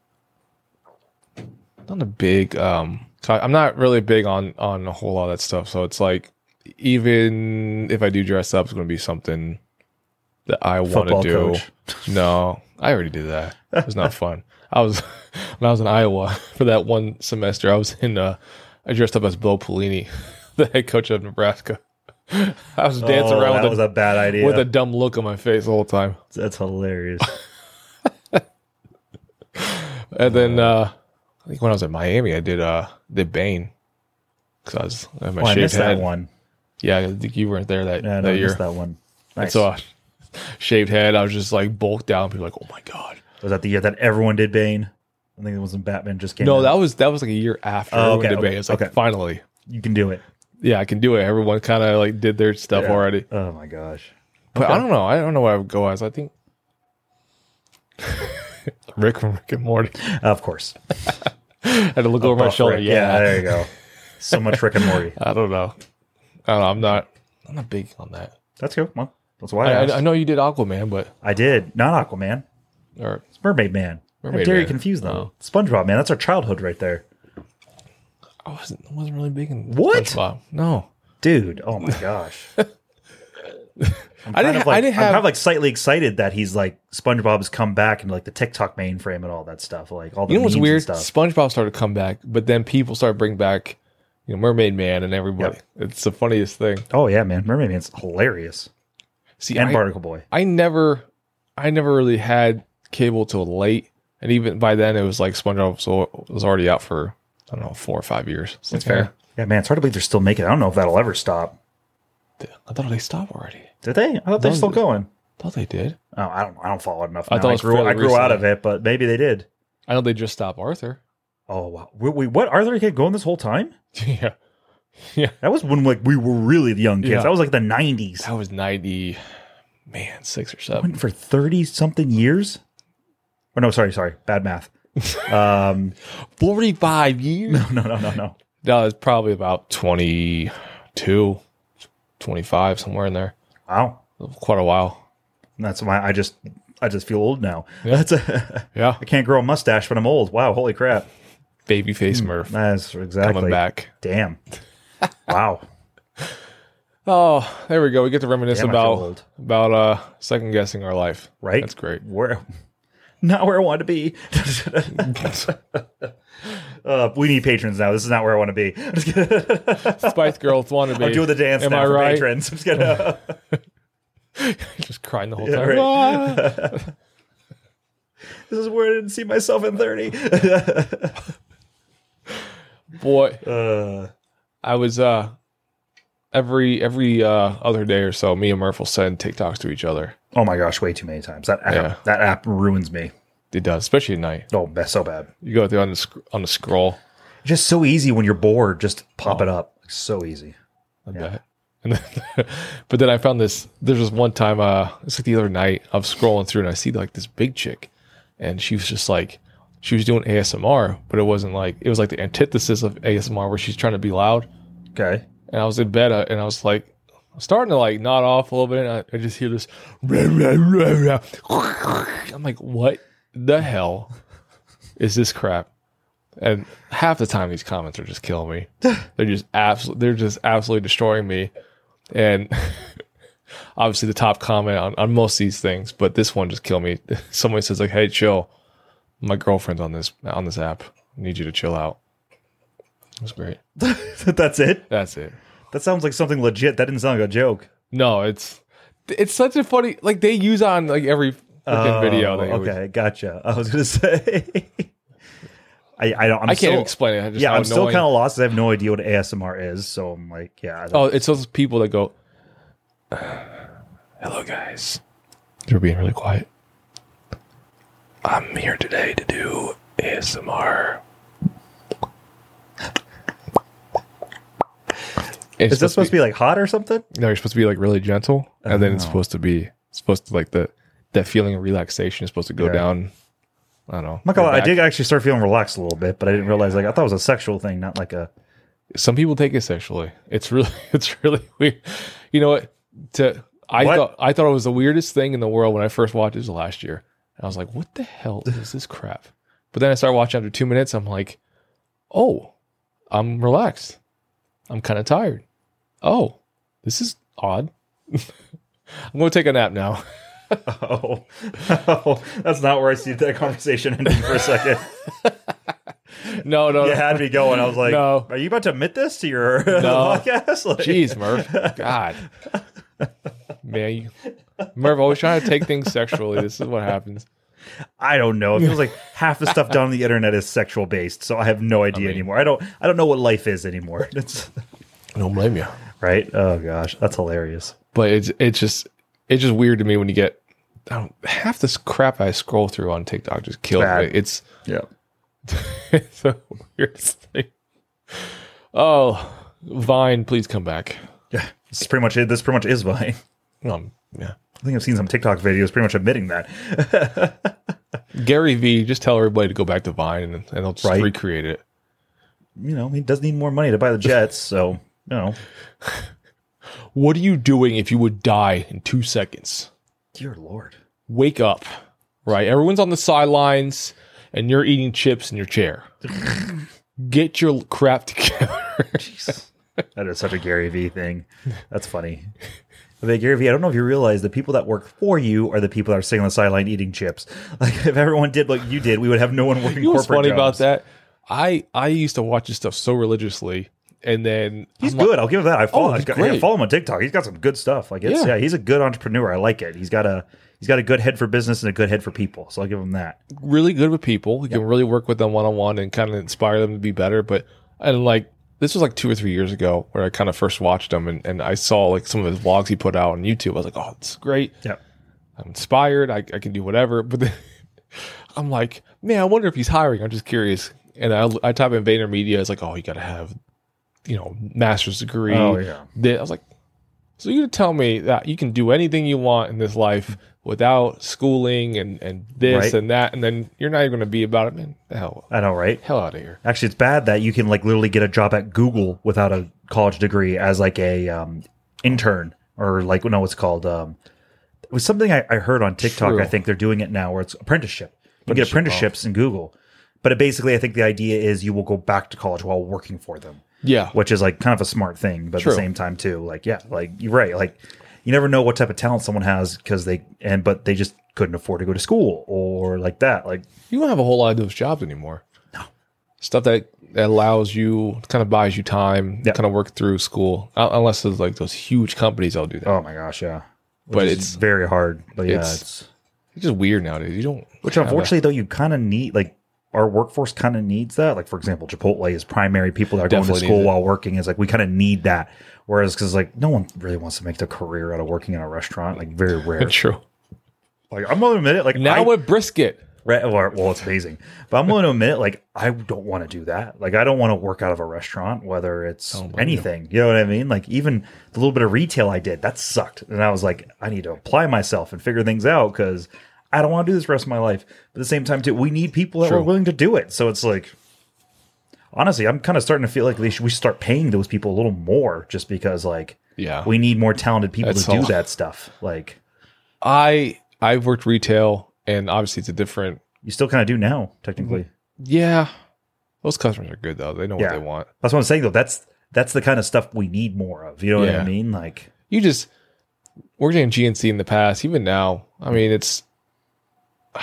S1: not a big. Um, co- I'm not really big on on a whole lot of that stuff. So it's like, even if I do dress up, it's going to be something that I want to
S2: Football
S1: do.
S2: coach.
S1: [laughs] No, I already did that. It was not fun. I was [laughs] when I was in Iowa [laughs] for that one semester. I was in. Uh, I dressed up as Bill Pelini, [laughs] the head coach of Nebraska. [laughs] I was dancing
S2: Oh,
S1: around
S2: that
S1: with
S2: was
S1: a,
S2: a bad idea.
S1: with a dumb look on my face the whole time.
S2: That's
S1: [laughs]
S2: hilarious.
S1: And then uh, I think when I was in Miami, I did uh did Bane because I was I had my
S2: Well, Oh, I
S1: shaved
S2: missed
S1: head.
S2: that one.
S1: Yeah, I think you weren't there that,
S2: Yeah, no,
S1: that
S2: I
S1: year.
S2: missed that one. Nice.
S1: So I [laughs] shaved head. I was just like bulked down. People were like, oh my god.
S2: was that the year that everyone did Bane? I think it was when Batman just came.
S1: No,
S2: out.
S1: that was that was like a year after
S2: Oh,
S1: everyone
S2: okay,
S1: did
S2: okay,
S1: Bane. It's like
S2: okay.
S1: finally,
S2: you can do it.
S1: yeah, I can do it. Everyone kind of like did their stuff
S2: Yeah.
S1: already.
S2: Oh my gosh.
S1: But I don't know. I don't know what I would go as. I think [laughs] Rick from Rick and Morty.
S2: Uh, Of course.
S1: I had to look over my
S2: Buff
S1: shoulder.
S2: Rick.
S1: yeah,
S2: there you go. So much Rick
S1: [laughs]
S2: and Morty.
S1: I don't know. I don't know. I'm not. I'm not big on that.
S2: That's cool. Well, that's why I,
S1: I,
S2: asked.
S1: I, I know you did Aquaman, but
S2: I did. Not Aquaman.
S1: or
S2: It's Mermaid Man. How
S1: Mermaid
S2: dare you
S1: Man. Oh.
S2: confuse them? SpongeBob Man. That's our childhood right there.
S1: I wasn't I wasn't really big in
S2: What?
S1: SpongeBob. No,
S2: Dude. Oh my
S1: [laughs]
S2: gosh. I'm
S1: I
S2: kind
S1: didn't
S2: Of
S1: ha- I
S2: like,
S1: didn't
S2: I'm
S1: have-
S2: kind of like slightly excited that he's like SpongeBob has come back into like the TikTok mainframe and all that stuff. Like all the
S1: you know what's
S2: memes
S1: weird?
S2: and stuff.
S1: SpongeBob started to come back, but then people started bringing back you know Mermaid Man and everybody. It's the funniest thing.
S2: Oh yeah, man. Mermaid Man's hilarious.
S1: See,
S2: And
S1: I,
S2: Barnacle Boy.
S1: I never, I never really had cable till late, and even by then it was like SpongeBob was- was already out for I don't know four or five years. It's like, eh,
S2: Yeah, man. It's hard to believe they're still making it. I don't know if that'll ever stop.
S1: I thought they stopped already.
S2: Did they? I thought they're
S1: No,
S2: still
S1: they-
S2: going.
S1: thought they did.
S2: Oh, I don't. I don't follow it enough.
S1: I
S2: now. I,
S1: thought it was
S2: grew.
S1: fairly
S2: I grew out
S1: recently.
S2: of it, but maybe they did.
S1: I know they just stopped Arthur. [laughs]
S2: Oh wow. Wait, wait, what? Arthur kept going this whole time?
S1: yeah,
S2: That was when like we were really the young kids.
S1: Yeah.
S2: That was like the nineties.
S1: that was ninety, man, six or seven.
S2: Went for thirty something years. Or no, sorry, sorry, bad
S1: [laughs]
S2: math. Um,
S1: 45 years?
S2: no, no, no, no.
S1: no, it's probably about 22, 25, somewhere in there.
S2: Wow,
S1: Quite a while.
S2: that's why I just I just feel old now.
S1: Yeah.
S2: That's a, [laughs]
S1: Yeah.
S2: I can't grow a mustache, but I'm old. Wow, holy crap.
S1: Babyface
S2: Mm.
S1: Murph
S2: That's exactly
S1: coming back. [laughs]
S2: Damn. Wow.
S1: Oh, there we go. We get to reminisce
S2: Damn, I feel
S1: about
S2: old.
S1: about uh second guessing our life.
S2: Right.
S1: That's
S2: [laughs]
S1: great.
S2: Where. Not where I want to be. [laughs] uh, we need patrons now. This is not where I want to be. I'm just kidding.
S1: Spice Girls want to be.
S2: I'm doing the dance
S1: Am
S2: now
S1: I
S2: for
S1: right?
S2: patrons. I'm
S1: [laughs]
S2: just gonna, [laughs]
S1: Just crying the whole
S2: Yeah,
S1: time.
S2: right.
S1: Ah.
S2: [laughs] this is where I didn't see myself in 30.
S1: Boy,
S2: [laughs] Uh,
S1: I was uh every every uh other day or so, me and Murph will send TikToks to each other.
S2: oh my gosh, way too many times. That app,
S1: Yeah.
S2: that app ruins me.
S1: It does, especially at night.
S2: Oh, that's so bad.
S1: You go through on the sc- on the scroll.
S2: Just so easy when you're bored. Just pop
S1: Oh.
S2: it up. So easy.
S1: I bet. [laughs] And then, but then I found this. There's this one time. Uh, it's like the other night. I'm scrolling through and I see like this big chick, and she was just like, she was doing ASMR, but it wasn't like it was like the antithesis of ASMR where she's trying to be loud.
S2: Okay.
S1: And I was in bed uh, and I was like, I'm starting to like nod off a little bit. And I, I just hear this. [laughs] "Rah, rah, rah, rah." I'm like, what the hell is this crap? And half the time these comments are just killing me. They're just absolutely they're just absolutely destroying me. And [laughs] obviously the top comment on, on most of these things, but this one just killed me. [laughs] Somebody says like, "Hey, chill. My girlfriend's on this on this app. I need you to chill out." That's great.
S2: [laughs] that's it.
S1: That's it.
S2: That sounds like something legit. That didn't sound like a joke.
S1: No, it's it's such a funny like they use on like every freaking video.
S2: Oh,
S1: They always-
S2: okay, gotcha. [laughs] I was gonna say. [laughs] I, I don't. I'm
S1: I can't
S2: still,
S1: explain it. I just,
S2: Yeah, I'm still
S1: annoying-
S2: kind of lost. 'cause I have no idea what ASMR is, so I'm like, yeah. I don't-
S1: Oh, it's those people that go, [sighs] "Hello, guys." They're being really quiet. I'm here today to do ASMR. It's
S2: is this supposed to be, Oh. like hot or something?
S1: No, you're supposed to be like really gentle, and then it's supposed to be it's supposed to like the that feeling of relaxation is supposed to go
S2: Yeah.
S1: down I don't know.
S2: I'm not gonna
S1: You're
S2: lie, I
S1: back.
S2: did actually start feeling relaxed a little bit, but I didn't realize like I thought it was a sexual thing, not like a [laughs]
S1: Some people take it sexually. It's really, [laughs] it's really weird. You know what? To I
S2: What?
S1: thought I thought it was the weirdest thing in the world when I first watched this last year. And I was like, "What the [laughs] hell is this crap?" But then I started watching after two minutes. I'm like, "Oh, I'm relaxed. I'm kind of tired. Oh, this is odd. [laughs] I'm gonna take a nap now." [laughs]
S2: oh, [laughs] oh that's not where I see that conversation ending for
S1: [laughs]
S2: a second.
S1: No, no,
S2: You
S1: no.
S2: had me going. I was like,
S1: No.
S2: "Are you about to admit this to your [laughs]
S1: No.
S2: podcast?" [laughs]
S1: [laughs]
S2: Like,
S1: Jeez, Merv. God. Man, you, Merv always trying to take things sexually. This is what happens.
S2: I don't know. It feels like half the stuff done on the internet is sexual based, so I have no idea anymore. I don't. I don't know what life is anymore. [laughs] It's,
S1: I don't blame you.
S2: right? Oh gosh, that's hilarious.
S1: But it's it's just it's just weird to me when you get I don't, half this crap I scroll through on TikTok just kills
S2: Bad.
S1: me. It's [laughs]
S2: Yeah.
S1: it's the weirdest thing. Oh, Vine, please come back.
S2: Yeah. This is pretty much it. This pretty much is [laughs] Vine.
S1: Um, yeah.
S2: I think I've seen some TikTok videos pretty much admitting that.
S1: Gary V, just tell everybody to go back to Vine and, and they'll just
S2: Right.
S1: recreate it.
S2: You know, he does need more money to buy the Jets, so you know.
S1: What are you doing if you would die in two seconds?
S2: Dear Lord.
S1: wake up, right? Everyone's on the sidelines and you're eating chips in your
S2: [laughs]
S1: chair. Get your crap together.
S2: Jeez. [laughs] that is such a Gary Vee thing. That's funny. But Gary Vee, I don't know if you realize the people that work for you are the people that are sitting on the sideline eating chips. [laughs] Like if everyone did like you did, we would have no one working
S1: you know what's
S2: corporate
S1: funny about
S2: jobs.
S1: that? I I used to watch this stuff so religiously, and then
S2: He's
S1: I'm like,
S2: good. I'll give him that. I follow.
S1: Oh, he's
S2: I got-
S1: great.
S2: I follow him on TikTok. He's got some good stuff. Like it's,
S1: Yeah.
S2: yeah. he's a good entrepreneur. I like it. He's got a he's got a good head for business and a good head for people. So I'll give him that.
S1: really good with people. You can really work with them one on one and kind of inspire them to be better. But and like this was like two or three years ago where I kind of first watched him and, and I saw like some of his vlogs he put out on YouTube. I was like, oh, it's great.
S2: Yeah.
S1: I'm inspired. I, I can do whatever. But then [laughs] I'm like, man, I wonder if he's hiring. I'm just curious. And I, I type in VaynerMedia. It's like, oh, you got to have, you know, master's degree.
S2: Oh, yeah.
S1: Thi- I was like, so you're tell me that you can do anything you want in this life without schooling and, and this
S2: Right.
S1: and that. And then you're not even going to be about it. Man, the hell,
S2: I know, right?
S1: hell out of here.
S2: Actually, it's bad that you can like literally get a job at Google without a college degree as like a um, intern or like no, it's called. Um, it was something I, I heard on TikTok.
S1: True.
S2: I think they're doing it now, where it's apprenticeship. You get
S1: Apprenticeship,
S2: apprenticeships in Google, but it basically, I think the idea is you will go back to college while working for them,
S1: Yeah.
S2: which is like kind of a smart thing, but
S1: True.
S2: at the same time too, like yeah, like you're right, like you never know what type of talent someone has because they and but they just couldn't afford to go to school or like that, like
S1: You don't have a whole lot of those jobs anymore. No. Stuff that, that allows you, kind of buys you time,
S2: Yeah.
S1: kind of work through school. Un- Unless there's like those huge companies that'll do that.
S2: Oh my gosh, yeah. Which
S1: But
S2: is
S1: it's-
S2: very hard. But yeah,
S1: it's-
S2: it's,
S1: It's just weird nowadays. You
S2: [laughs]
S1: don't.
S2: which unfortunately though you kind of need like our workforce kind of needs that. Like for example, Chipotle is primary people that are going
S1: Definitely
S2: to
S1: need
S2: school
S1: it.
S2: while working. Is like we kind of need that. Whereas because like no one really wants to make their career out of working in a restaurant. Like very
S1: [laughs]
S2: rare.
S1: True.
S2: like I'm gonna admit it. Like
S1: Now
S2: I,
S1: with brisket.
S2: Right, well, well, it's amazing, but I'm willing to admit, like, I don't want to do that. Like, I don't want to work out of a restaurant, whether it's
S1: blame you.
S2: anything. You know what I mean? Like, even the little bit of retail I did, that sucked, and I was like, I need to apply myself and figure things out because I don't want to do this the rest of my life. But at the same time, too, we need people that are
S1: True.
S2: willing to do it. So it's like, honestly, I'm kind of starting to feel like they should, we should start paying those people a little more, just because like
S1: Yeah.
S2: we need more talented people
S1: That's
S2: to do
S1: all.
S2: that stuff. Like,
S1: I I've worked retail, and obviously it's a different.
S2: you still kind of do now, technically.
S1: Yeah. Those customers are good though. They know what
S2: Yeah.
S1: they want.
S2: That's what I'm saying though. That's that's the kind of stuff we need more of. You know what
S1: Yeah.
S2: I mean? Like
S1: You just working in GNC in the past, even now. I mean, it's. [sighs]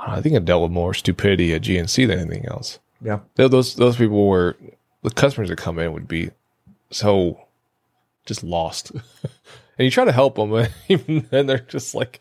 S1: I think I dealt with more stupidity at GNC than anything else.
S2: yeah.
S1: Tho- those those people were the customers that come in would be so just lost [laughs] and you try to help them [laughs] and even then they're just like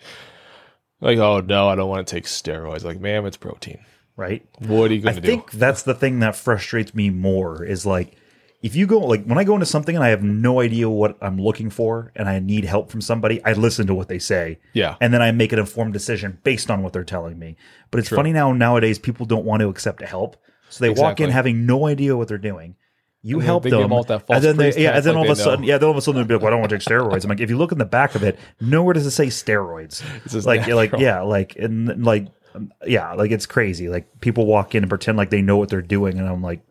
S1: like oh no i don't want to take steroids like ma'am it's protein
S2: Right?
S1: what are you
S2: I
S1: going to do
S2: think that's the thing that frustrates me more is like if you go like when I go into something and I have no idea what I'm looking for and I need help from somebody, I listen to what they say.
S1: Yeah.
S2: And then I make an informed decision based on what they're telling me. But it's funny now nowadays people don't want to accept help. So they walk
S1: Exactly.
S2: in having no idea what they're doing. You
S1: then
S2: help
S1: they give
S2: them,
S1: them all that false
S2: and then they, yeah,
S1: pretense
S2: and then
S1: like
S2: all of
S1: they
S2: a sudden,
S1: know.
S2: yeah, then all of a sudden they'll be like, "Well, I don't want to take steroids." I'm like, if you look in the back of it, nowhere does it say steroids.
S1: just
S2: like, like,
S1: natural.
S2: yeah, like, and like, um, yeah, like it's crazy. Like people walk in and pretend like they know what they're doing, and I'm like,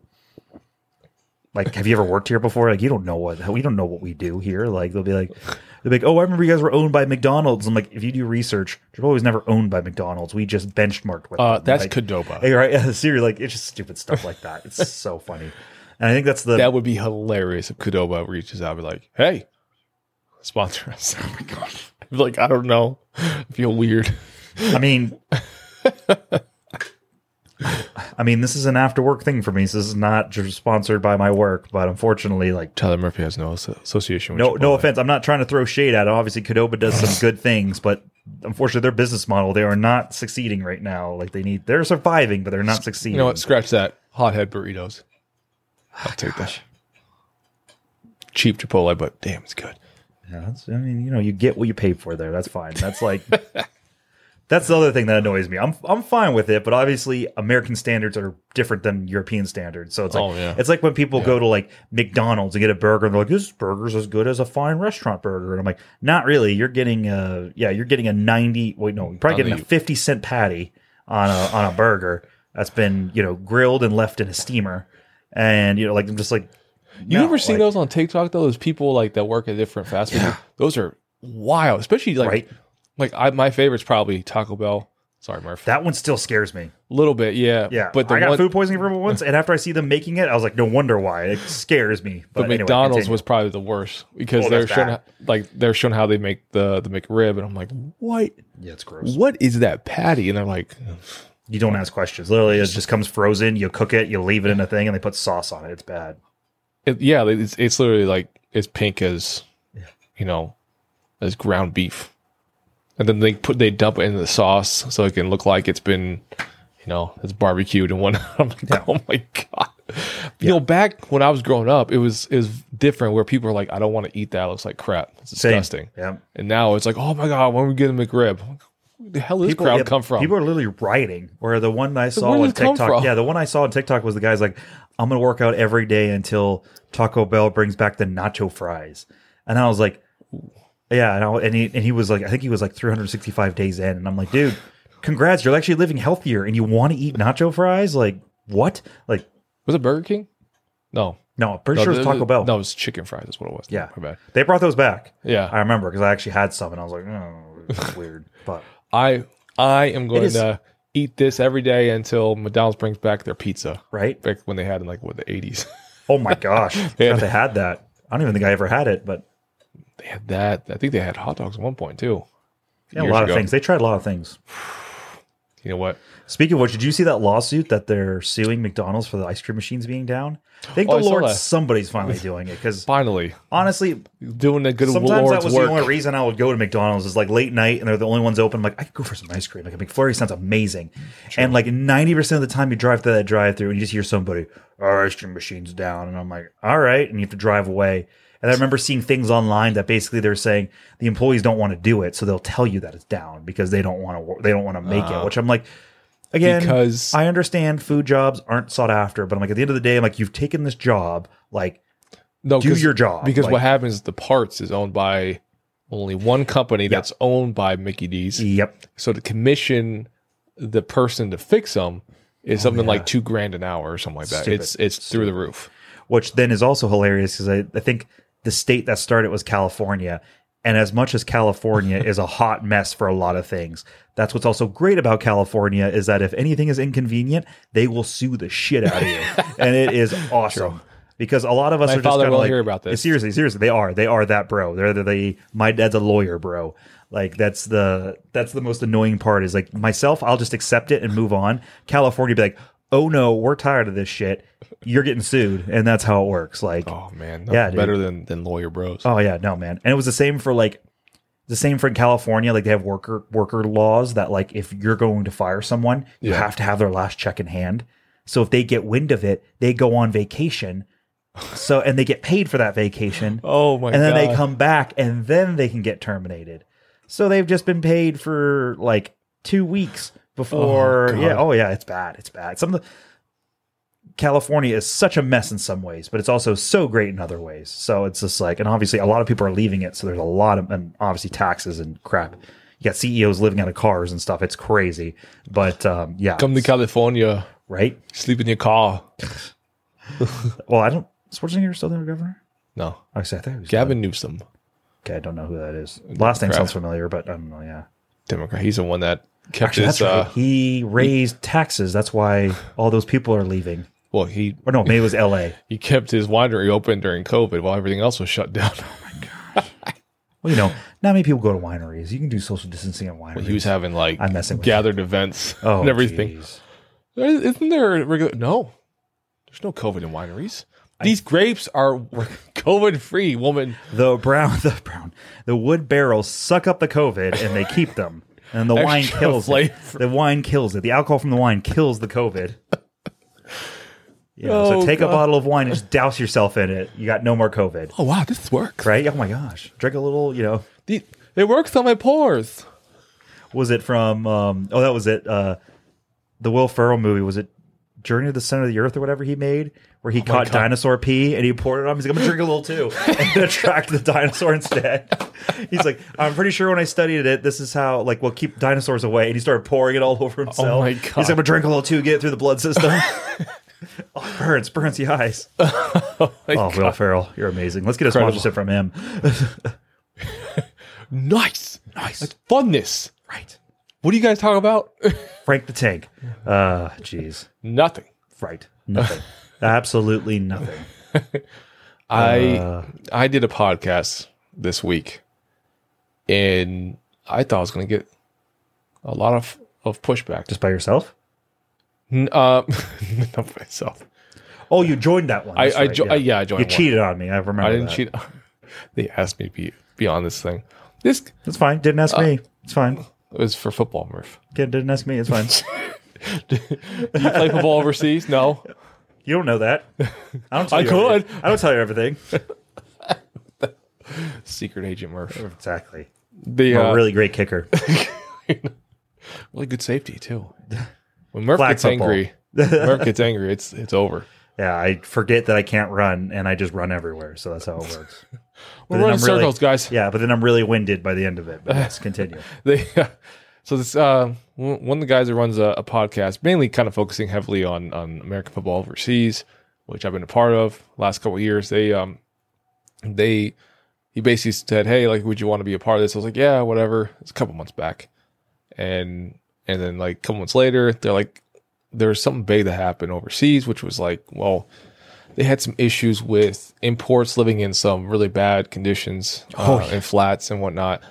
S2: like, have you ever worked here before? Like, you don't know what we don't know what we do here. Like, they'll be like, they'll be like, oh, I remember you guys were owned by McDonald's. I'm like, if you do research, Chipotle was never owned by McDonald's. We just benchmarked with
S1: Uh,
S2: them.
S1: that's
S2: like,
S1: Cadoba.
S2: Hey, right? [laughs] Yeah, seriously, like it's just stupid stuff like that. It's so funny, and I think that's
S1: [laughs]
S2: the
S1: That would be hilarious if Kudoba reaches out and be like, hey, sponsor us. [laughs] Oh my God. Like, I don't know. I feel weird. [laughs]
S2: I mean, I mean, this is an after work thing for me. So this is not just sponsored by my work, but unfortunately, like
S1: Tyler Murphy has no asso- association with
S2: no,
S1: Chipotle.
S2: no offense, I'm not trying to throw shade at it. Obviously, Cadoba does some good things, but unfortunately, their business model they are not succeeding right now. Like they need, they're surviving, but they're not succeeding.
S1: You know what? Scratch that. Hothead burritos.
S2: Oh
S1: I'll take that. Cheap Chipotle, but damn, it's good.
S2: Yeah, that's, I mean, you know, you get what you pay for there. That's fine. That's like [laughs] that's the other thing that annoys me. I'm I'm fine with it, but obviously American standards are different than European standards. So it's like
S1: Oh, yeah.
S2: it's like when people go to like McDonald's and get a burger and they're like, this burger's as good as a fine restaurant burger. And I'm like, not really. You're getting a yeah, you're getting a ninety wait, no, you're probably
S1: I
S2: getting a
S1: mean-
S2: fifty cent patty on a on a burger that's been, you know, grilled and left in a steamer. And you know, like I'm just like
S1: You
S2: no,
S1: ever seen
S2: like-
S1: those on TikTok though? Those people like that work at different fast food. Those are wild, especially like
S2: Right.
S1: like I, my favorite's probably Taco Bell. Sorry, Murph.
S2: that one still scares me.
S1: little bit, yeah,
S2: Yeah,
S1: But the
S2: I got
S1: one,
S2: food poisoning from it once, and after I see them making it, I was like, no wonder why. It scares me.
S1: but
S2: anyway,
S1: McDonald's
S2: continue.
S1: was probably the worst because
S2: Oh,
S1: they're
S2: that's
S1: showing
S2: bad.
S1: like they're showing how they make the the McRib, and I'm like, what?
S2: yeah, it's gross.
S1: What is that patty? And they're like,
S2: You don't ask questions. Literally, it just comes frozen. You cook it, you leave it in a thing, and they put sauce on it. It's bad.
S1: it, yeah, it's it's literally like as pink as you know as ground beef, and then they put they dump it in the sauce so it can look like it's been you know it's barbecued and whatnot. [laughs] I'm like, oh my god. You know, back when I was growing up, it was is different where people are like, I don't want to eat that. It looks like crap. It's
S2: Same.
S1: disgusting.
S2: Yeah,
S1: And now it's like, oh my god, when we get a McRib, where the hell does this crowd
S2: yeah,
S1: come from?
S2: People are literally rioting. Where the one I saw
S1: where
S2: on
S1: did it come
S2: TikTok,
S1: from?
S2: yeah, the one I saw on TikTok was the guy's like, I'm gonna work out every day until Taco Bell brings back the nacho fries, and I was like, yeah, and, I, and he and he was like, I think he was like 365 days in, and I'm like, dude, congrats, you're actually living healthier, and you want to eat nacho fries? Like what? Like
S1: was it Burger King? No,
S2: no, I'm pretty
S1: no
S2: sure it's
S1: th-
S2: Taco
S1: th-
S2: Bell.
S1: No, it was chicken fries. That's what it was.
S2: Yeah.
S1: my bad.
S2: They brought those back.
S1: Yeah,
S2: I remember because I actually had some, and I was like, oh, it's weird, but
S1: I I am going
S2: is-
S1: to eat this every day until McDonald's brings back their pizza.
S2: right?
S1: Back when they had in like what the eighties, [laughs]
S2: Oh my gosh, I
S1: Yeah.
S2: forgot they had that. I don't even think I ever had it, but
S1: they had that. I think they had hot dogs at one point too.
S2: Yeah, a
S1: years
S2: lot
S1: ago.
S2: of things. They tried a lot of things.
S1: You know what?
S2: Speaking of which, did you see that lawsuit that they're suing McDonald's for the ice cream machines being down? Thank
S1: Oh, I
S2: the
S1: saw
S2: Lord
S1: that.
S2: somebody's finally doing it. Because
S1: Finally,
S2: honestly,
S1: doing the good
S2: sometimes that
S1: Lord's
S2: was
S1: work.
S2: the only reason I would go to McDonald's is like late night and they're the only ones open. I'm like, I could go for some ice cream. Like a McFlurry sounds amazing. And like 90% of the time you drive through that drive through and you just hear somebody, our ice cream machine's down. And I'm like, all right. And you have to drive away. And I remember seeing things online that basically they're saying the employees don't want to do it. So they'll tell you that it's down because they don't want to, they don't want to make it, which I'm like, again,
S1: Ah. Because-
S2: I understand food jobs aren't sought after, but I'm like, at the end of the day, I'm like, you've taken this job. Like,
S1: no,
S2: do
S1: 'cause-
S2: your job.
S1: Because
S2: Like-
S1: what happens is the parts is owned by only one company that's owned by Mickey D's.
S2: yep.
S1: So to commission the person to fix them is something like two grand an hour or something like that.
S2: Oh, Stupid.
S1: It's it's through the roof.
S2: which then is also hilarious because I, I think the state that started was California. And as much as
S1: [laughs]
S2: California is a hot mess for a lot of things, that's what's also great about California is that if anything is inconvenient, they will sue the shit
S1: [laughs]
S2: out of you. and it is awesome. Because a lot of us
S1: My
S2: are just
S1: father
S2: kind of
S1: will
S2: like,
S1: hear about this.
S2: seriously, seriously, they are, they are that bro. They're the, they, my dad's a lawyer, bro. Like that's the, that's the most annoying part is like myself, I'll just accept it and move on. California be like, oh no, we're tired of this shit. You're getting sued. And that's how it works. Like,
S1: Oh man,
S2: Yeah,
S1: yeah,
S2: dude.
S1: better than than lawyer bros.
S2: Oh yeah, no man. And it was the same for like the same for in California. Like they have worker worker laws that like if you're going to fire someone, you
S1: Yeah.
S2: have to have their last check in hand. So if they get wind of it, they go on vacation. So and they get paid for that vacation.
S1: [laughs] Oh my
S2: and then
S1: God.
S2: they come back and then they can get terminated. So they've just been paid for like two weeks before.
S1: God.
S2: yeah. Oh yeah, it's bad. It's bad. Some of the California is such a mess in some ways, but it's also so great in other ways. So it's just like, and obviously a lot of people are leaving it. So there's a lot of, and obviously taxes and crap. You got CEOs living out of cars and stuff. It's crazy. But um, yeah,
S1: Come to California,
S2: right?
S1: sleep in your car.
S2: Well, I don't. Schwarzenegger still the governor?
S1: No,
S2: I said I thought he was.
S1: Gavin Newsom,
S2: Okay, I don't know who that is. Last name
S1: Crap.
S2: sounds familiar, but I don't know. Yeah,
S1: Democrat. He's the one that kept
S2: actually,
S1: his.
S2: that's right.
S1: uh,
S2: He raised taxes. That's why all those people are leaving.
S1: well, he
S2: Or no, maybe it was L.A.
S1: he kept his winery open during COVID while everything else was shut down. [laughs]
S2: Well, you know, not many people go to wineries. You can do social distancing at wineries.
S1: he was having like
S2: I'm messing with
S1: gathered events
S2: oh,
S1: and everything.
S2: jeez.
S1: There- Isn't there a regular? No, there's no COVID in wineries. These grapes are [laughs] COVID free, woman.
S2: The brown, [laughs] the brown, the wood barrels suck up the COVID and they keep them. And the wine
S1: [laughs] Extra
S2: kills
S1: flavor.
S2: it. The wine kills it. The alcohol from the wine kills
S1: [laughs]
S2: the COVID. You know,
S1: Oh,
S2: so take
S1: God.
S2: a bottle of wine and just douse yourself in it. You got no more COVID,
S1: Oh wow, this works.
S2: right? Oh my gosh. Drink a little, you know,
S1: The- It works on my pores.
S2: was it from, um, oh, that was it. Uh, the Will Ferrell movie. Was it Journey to the Center of the Earth or whatever he made? Where he caught
S1: Oh God.
S2: dinosaur pee and he poured it on him. He's like, I'm going to drink a little too. [laughs] And attract the dinosaur instead. He's like, I'm pretty sure when I studied it, this is how, like, we'll keep dinosaurs away. And he started pouring it all over himself.
S1: Oh my
S2: He's
S1: God.
S2: like, I'm going to drink a little too, get it through the
S1: [laughs]
S2: blood system. oh, it burns, burns the eyes. oh, Will Ferrell, you're amazing. Let's get a sponsorship from him.
S1: Nice, nice. That's funness.
S2: right.
S1: What do you guys talk about? [laughs]
S2: Frank the Tank. Uh, jeez.
S1: Nothing.
S2: Right. [laughs] Nothing. Absolutely nothing.
S1: I I did a podcast this week, and I thought I was going to get a lot of of pushback. Just
S2: Just by yourself?
S1: n- uh, [laughs] not myself.
S2: Oh, you joined that one.
S1: I
S2: That's
S1: I,
S2: right,
S1: jo- I yeah I joined.
S2: You
S1: one.
S2: cheated on me. I remember.
S1: I didn't
S2: that.
S1: cheat. [laughs] they asked me to be be on this thing. This
S2: It's fine. Didn't
S1: Uh,
S2: ask me. It's fine.
S1: was for football, Murph.
S2: Kid didn't ask me.
S1: [laughs]
S2: It's fine.
S1: Do you play football overseas? No.
S2: you don't know that. I don't. Tell
S1: I
S2: you
S1: could.
S2: everything. I don't tell
S1: [laughs]
S2: you everything.
S1: Secret agent Murph.
S2: exactly.
S1: The
S2: I'm
S1: uh,
S2: a
S1: really
S2: Oh, really great kicker.
S1: good safety too. When Murph
S2: Flag
S1: gets
S2: football.
S1: angry, Murph gets angry. It's it's over.
S2: Yeah, I forget that I can't run, and I just run everywhere. So that's how
S1: [laughs]
S2: it works. But
S1: We're
S2: then
S1: running
S2: I'm really-
S1: circles, guys.
S2: Yeah, but then I'm really winded by the end of it.
S1: [laughs]
S2: But let's continue.
S1: they so this uh, one one of the guys that runs a, a podcast mainly kind of focusing heavily on on american football overseas which i've been a part of last couple of years they um they he basically said hey like would you want to be a part of this i was like yeah whatever it's a couple months back and and then like a couple months later they're like there's something big that happened overseas which was like well they had some issues with imports living in some really bad conditions uh, in flats and whatnot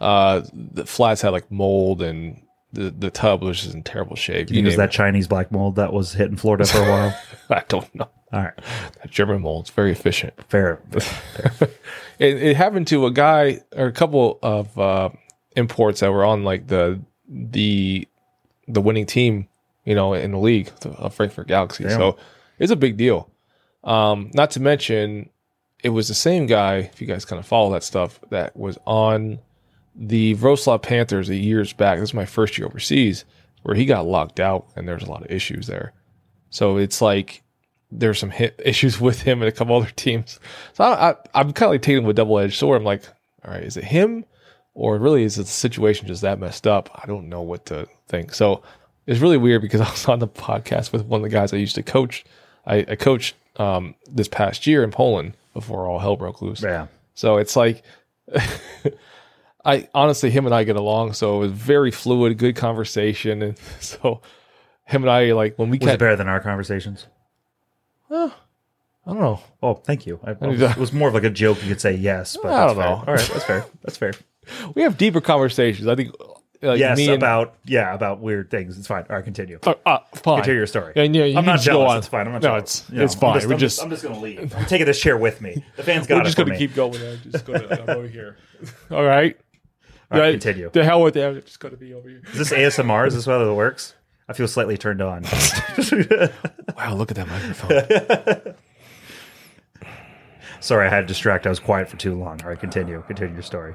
S1: uh the flats had like mold and the the tub was just in terrible shape
S2: It
S1: You
S2: was
S1: name
S2: that Chinese black mold that was hitting Florida for
S1: [laughs]
S2: a while.
S1: it. i don't know
S2: All right,
S1: that german mold's very efficient [laughs]
S2: fair.
S1: it, it happened to a guy or a couple of uh, imports that were on like the the the winning team, you know, in the league, the uh, Frankfurt Galaxy. So it's a big deal. Um, not to mention, it was the same guy. If you guys kind of follow that stuff, that was on the Wroclaw Panthers a years back. This is my first year overseas, where he got locked out, and there's a lot of issues there. So it's like there's some hit [laughs] issues with him and a couple other teams. So I, I, I'm kind of like taking it with a double edged sword. I'm like, all right, is it him, or really is the situation just that messed up? I don't know what to think. So it's really weird because [laughs] I was on the podcast with one of the guys I used to coach. I, I coached um, this past year in Poland before all hell broke loose.
S2: Yeah.
S1: So it's like, [laughs] I honestly, him and I get along. So it was very fluid, good conversation. And [laughs] so him and I, like, when we
S2: Was it
S1: catch,
S2: better than our conversations?
S1: I don't know.
S2: Oh, thank you. I, it, was,
S1: you- [laughs]
S2: it was more of like a joke. You could say yes,
S1: I
S2: but that's
S1: don't know.
S2: fair. All right, that's fair.
S1: [laughs]
S2: That's fair.
S1: We have deeper conversations. I think, like,
S2: yes,
S1: me and,
S2: about yeah, about weird things. It's fine. All right, continue.
S1: Uh, uh, fine.
S2: Continue your story.
S1: And, yeah, you
S2: I'm
S1: can
S2: not
S1: just go
S2: jealous.
S1: on.
S2: It's fine. I'm not
S1: No,
S2: jealous.
S1: it's- it's fine.
S2: I'm
S1: We're
S2: I'm
S1: just-
S2: I'm just gonna leave. I'm taking this chair with me. The fans got
S1: We're
S2: it.
S1: just
S2: for
S1: going to
S2: me.
S1: keep going. I'm just going to, I'm over
S2: [laughs]
S1: here. All right.
S2: All right,
S1: Right.
S2: continue.
S1: The hell with them. I'm just going to be over here.
S2: Is this ASMR? Is this how it works? I feel slightly turned on. [laughs]
S1: Wow, look at that [laughs] microphone.
S2: Sorry, I had to distract. I was quiet for too long. All right, continue. Continue your story.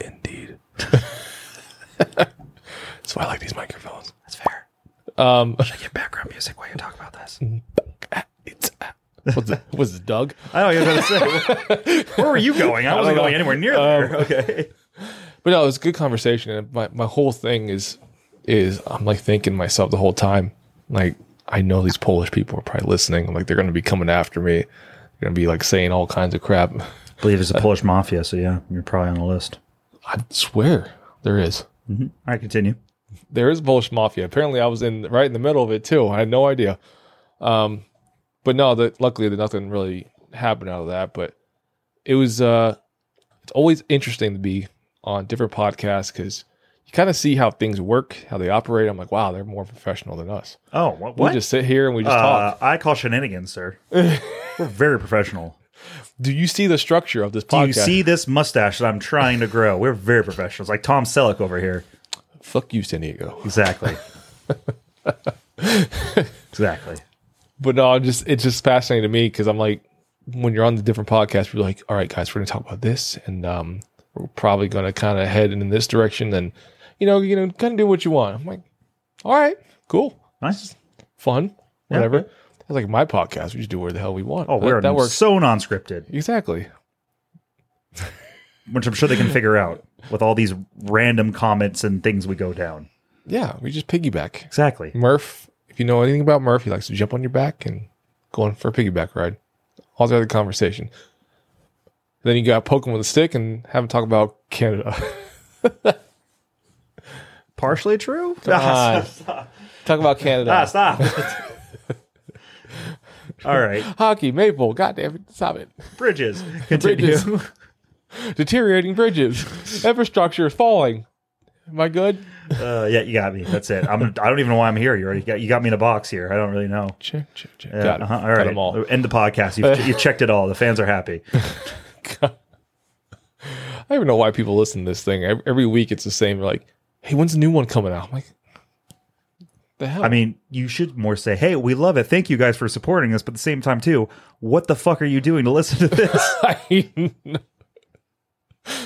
S1: Indeed. [laughs] That's why I like these microphones.
S2: That's fair.
S1: Um,
S2: Should I get background music while you talk about this?
S1: it's, what's it, was it Doug? [laughs] Um,
S2: I don't know what I was going to say. Where were you going? I wasn't going anywhere near there. Okay.
S1: But no, it was a good conversation. And my, my whole thing is is I'm like thinking to myself the whole time, like I know these Polish people are probably listening. I'm like they're gonna be coming after me. They're gonna be like saying all kinds of crap.
S2: I believe it's a Polish mafia, so yeah, you're probably on the list.
S1: I swear there is.
S2: Mm-hmm. All right, continue.
S1: There is Polish mafia. Apparently, I was in right in the middle of it too. I had no idea. Um, but no, the, luckily, that nothing really happened out of that. But it was. Uh, it's always interesting to be on different podcasts because you kind of see how things work, how they operate. I'm like, wow, they're more professional than us.
S2: Oh, what? what?
S1: We just sit here and we just
S2: Uh,
S1: talk.
S2: I call shenanigans,
S1: [laughs]
S2: sir. We're very professional.
S1: Do you see the structure of this
S2: Do
S1: podcast?
S2: you see this mustache that I'm trying to grow? We're very professional. It's like Tom Selleck over here.
S1: Fuck you, San Diego. [laughs]
S2: Exactly. exactly.
S1: But no, I'm just it's just fascinating to me because I'm like, when you're on the different podcasts, we're like, all right, guys, we're gonna talk about this, and um, we're probably gonna kind of head in this direction, and you know, you know, kind of do what you want. I'm like, all right, cool,
S2: Nice.
S1: fun, whatever. I was like, my podcast, we just do where the hell we want.
S2: Oh,
S1: That-
S2: we're
S1: that works
S2: so non-scripted,
S1: exactly.
S2: which I'm sure they can figure out with all these random comments and things we go down.
S1: Yeah, we just piggyback.
S2: Exactly.
S1: Murph, if you know anything about Murph, he likes to jump on your back and go on for a piggyback ride. All the other conversation. Then you got poking with a stick and have him talk about Canada. [laughs] [laughs]
S2: Partially true.
S1: on. talk about Canada.
S2: Ah, stop. [laughs] All right,
S1: Hockey, Maple, God damn it, stop it. [laughs]
S2: bridges. Continue.
S1: Bridges. Deteriorating
S2: [laughs]
S1: bridges. Infrastructure is falling. Am I good?
S2: Uh, yeah, you got me. That's it. I'm. I don't even know why I'm here. You already got. You got me in a box here. I don't really know.
S1: Check, check, check.
S2: Yeah,
S1: got it.
S2: uh-huh, all
S1: Got
S2: right.
S1: them all.
S2: End the podcast. You've, you checked it all. The fans are happy.
S1: [laughs] I don't even know why people listen to this thing. Every, every week it's the same. They're like, hey, when's the new one coming out? I'm like, the hell?
S2: I mean, you should more say, "Hey, we love it. Thank you guys for supporting us." But at the same time, too, what the fuck are you doing to listen to this?
S1: [laughs] I know.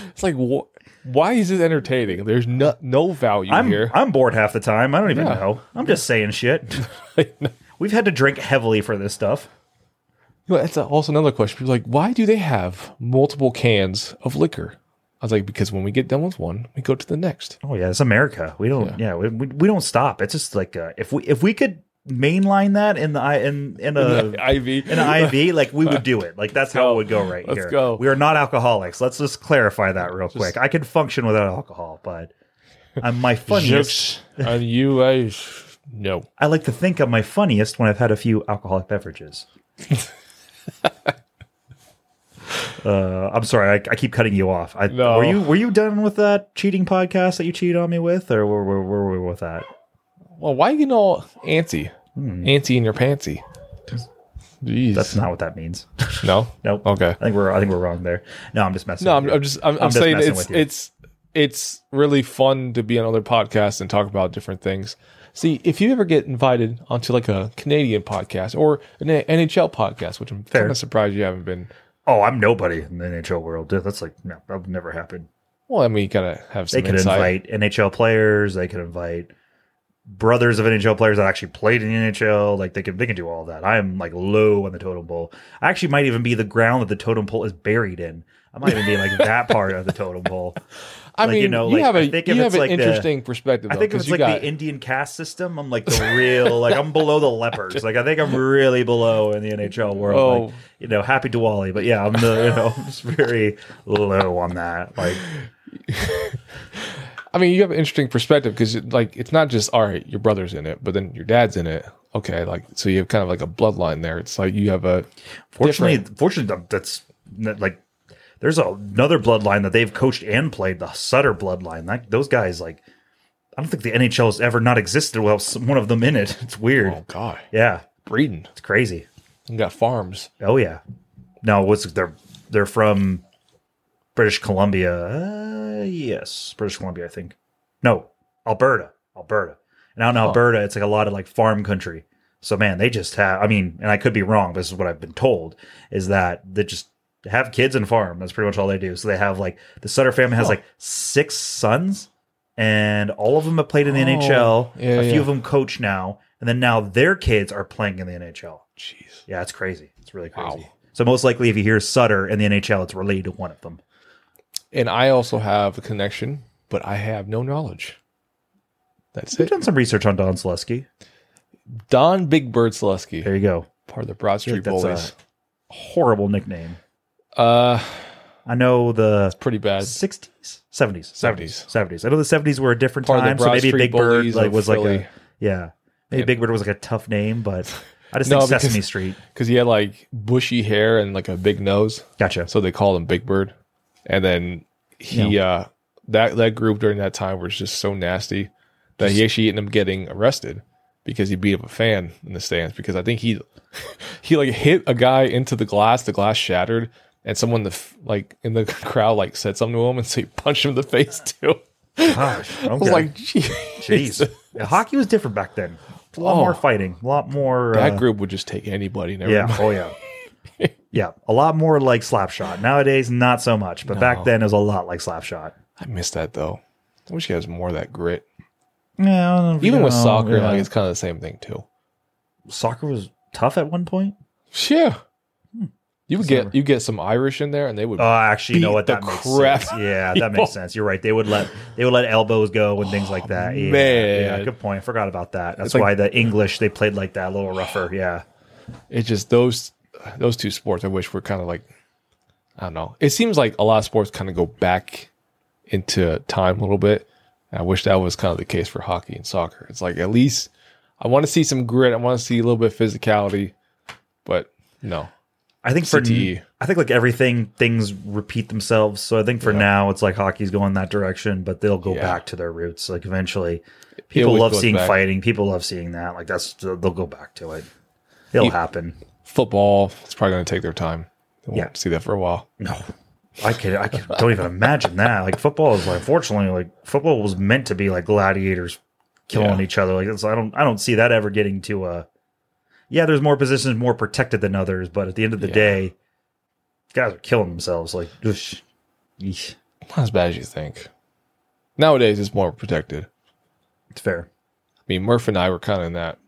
S1: It's like, wh- why is this entertaining? There's no no value
S2: I'm
S1: here.
S2: I'm bored half the time. I don't even
S1: Yeah.
S2: know. I'm just saying shit.
S1: [laughs]
S2: We've had to drink heavily for this stuff.
S1: Well, that's also another question. People are like, why do they have multiple cans of liquor? I was like, because when we get done with one, we go to the next.
S2: Oh yeah, it's America. We don't. Yeah, we, we, we don't stop. It's just like uh, if we if we could mainline that in the I in in a.
S1: IV. [laughs]
S2: In an IV, like we would do it. Like that's how it would go right
S1: Let's
S2: here.
S1: go.
S2: We are not alcoholics. Let's just clarify that real quick. I can function without alcohol, but I'm
S1: [laughs]
S2: my funniest.
S1: Jokes on you, I no.
S2: I like to think I'm my funniest when I've had a few
S1: [laughs]
S2: alcoholic beverages. uh, I'm sorry, I, I keep cutting you off. I,
S1: No.
S2: Were you were you done with that cheating podcast that you cheated on me with, or were, were, were we with that?
S1: Well, why are you getting all antsy, antsy in your pantsy? Jeez,
S2: Hmm. That's not what that means. [laughs]
S1: no,
S2: nope.
S1: Okay.
S2: I think we're I think we're wrong there. No, I'm just messing.
S1: No,
S2: with
S1: I'm,
S2: you.
S1: I'm just I'm, I'm,
S2: just
S1: saying
S2: messing
S1: it's
S2: with you.
S1: it's it's really fun to be on other podcasts and talk about different things. See, if you ever get invited onto like a Canadian podcast or an NHL podcast, which I'm kind of surprised you haven't been.
S2: Oh, I'm nobody in the NHL world. Dude, That's like no, that would never happen.
S1: Well, I mean, you gotta have
S2: They
S1: some
S2: could
S1: insight.
S2: invite NHL players. They could invite brothers of NHL players that actually played in the NHL. Like they can they can do all that. I am like low on the totem pole. I actually might even be the ground that the totem pole is buried in. I might even be [laughs] like that part of the totem pole.
S1: I
S2: like,
S1: mean,
S2: you know,
S1: you
S2: like,
S1: have
S2: I
S1: a
S2: think
S1: you
S2: if
S1: have
S2: it's
S1: an
S2: like the-
S1: interesting perspective.
S2: I
S1: Though,
S2: think if
S1: 'cause
S2: it's
S1: you
S2: like
S1: got,
S2: the Indian caste system, I'm like the real like I'm below the lepers. Like I think I'm really below in the NHL world. Like,
S1: Oh.
S2: you know, happy Diwali, but yeah, I'm the you know I'm just very low on that. Like
S1: I mean, you have an interesting perspective because like it's not just all right, your brother's in it, but then your dad's in it. Okay, like so you have kind of like a bloodline there. It's like you have a
S2: Fortunately, fortunately, th- that's n- like there's a- another bloodline that they've coached and played the Sutter bloodline. That those guys, like, I don't think the NHL has ever not existed without some, one of them in it. [laughs] It's weird.
S1: oh god
S2: Yeah,
S1: breeding.
S2: it's crazy.
S1: You got farms.
S2: Oh yeah. No, what's they're they're from British Columbia. Uh, yes, British Columbia, I think. No, Alberta, Alberta. And out in Alberta, it's like a lot of like farm country. So man, they just have. I mean, and I could be wrong. But this is what I've been told is that they just have kids and farm. That's pretty much all they do. So they have like the Sutter family has like six sons, and all of them have played in the NHL.
S1: Oh. Yeah,
S2: a few
S1: yeah.
S2: of them coach now, and then now their kids are playing in the NHL.
S1: Jeez.
S2: Yeah, it's crazy. It's really crazy.
S1: Wow.
S2: So most likely, if you hear Sutter in the NHL, it's related to one of them.
S1: And I also have a connection, but I have no knowledge. That's
S2: You've
S1: it.
S2: done some research on Don Selesky.
S1: Don Big Bird Selesky,
S2: There you go.
S1: part of the Broad Street
S2: that's uh,
S1: Bullies.
S2: Horrible nickname.
S1: Uh,
S2: I know the
S1: pretty bad.
S2: 60s, 70s,
S1: 70s.
S2: 70s, 70s. I know the 70s were a different
S1: Part of the
S2: time, so
S1: Broad
S2: maybe
S1: Street
S2: Big Bird
S1: Bullies
S2: like
S1: of
S2: was like
S1: Philly.
S2: a yeah. Maybe
S1: Yeah.
S2: Big Bird was like a tough name, but I
S1: [laughs]
S2: just
S1: No,
S2: think Sesame
S1: because-
S2: Street.
S1: Because he had like bushy hair and like a big nose. [laughs]
S2: Gotcha.
S1: So they called him Big Bird. And then he uh that that group during that time was just so nasty that he actually ended up getting arrested because he beat up a fan in the stands because I think he [laughs] he like hit a guy into the glass, the glass shattered, and someone the f- like in the [laughs] crowd like said something to him and [laughs] so he punched him in the face too.
S2: Gosh,
S1: I was
S2: [laughs] okay.
S1: like, [laughs] "Gee."
S2: jeez. Yeah, hockey was different back then. A lot
S1: Oh.
S2: more fighting, a lot more.
S1: that
S2: uh,
S1: group would just take anybody. And
S2: Yeah.
S1: yeah,
S2: Oh yeah. [laughs] yeah. A lot more like Slapshot. Nowadays, not so much, but back then it was a lot like Slapshot.
S1: I miss that though. I wish he has more of that grit.
S2: Yeah. I don't know,
S1: Even with
S2: you know,
S1: soccer,
S2: yeah.
S1: like it's kind of the same thing too.
S2: soccer was tough at one point.
S1: Yeah. You would
S2: Summer.
S1: get you get some Irish in there, and they would.
S2: Oh, actually, you know
S1: Beat
S2: what?
S1: the
S2: That makes
S1: crap
S2: sense. Yeah, that makes sense. You're right. They would let they would let elbows go and things like that. Yeah,
S1: man.
S2: yeah, good point. I forgot about that. That's
S1: like-
S2: Oh, why the English they played like that, a little rougher. Yeah,
S1: it just those those two sports. I wish were kind of like I don't know. It seems like a lot of sports kind of go back into time a little bit. And I wish that was kind of the case for hockey and soccer. It's like at least I want to see some grit. I want to see a little bit of physicality, but no.
S2: I think for
S1: CTE.
S2: I think like everything things repeat themselves. So I think for now it's like hockey's going that direction, but they'll go
S1: Yeah.
S2: back to their roots. Like eventually, people
S1: always
S2: love
S1: goes
S2: seeing
S1: back.
S2: fighting. People love seeing that. Like that's they'll go back to it. It'll happen.
S1: Football, it's probably going to take their time. They won't
S2: Yeah.
S1: see that for a while.
S2: No. I could I could, don't even imagine that. Like football is like fortunately like football was meant to be like gladiators killing
S1: Yeah.
S2: each other. Like that's, I don't I don't see that ever getting to uh Yeah, there's more positions more protected than others, but at the end of the
S1: Yeah.
S2: day guys are killing themselves like oosh. Yeesh.
S1: Not as bad as you think. Nowadays, it's more protected.
S2: it's fair.
S1: I mean, Murph and I were kind of in that,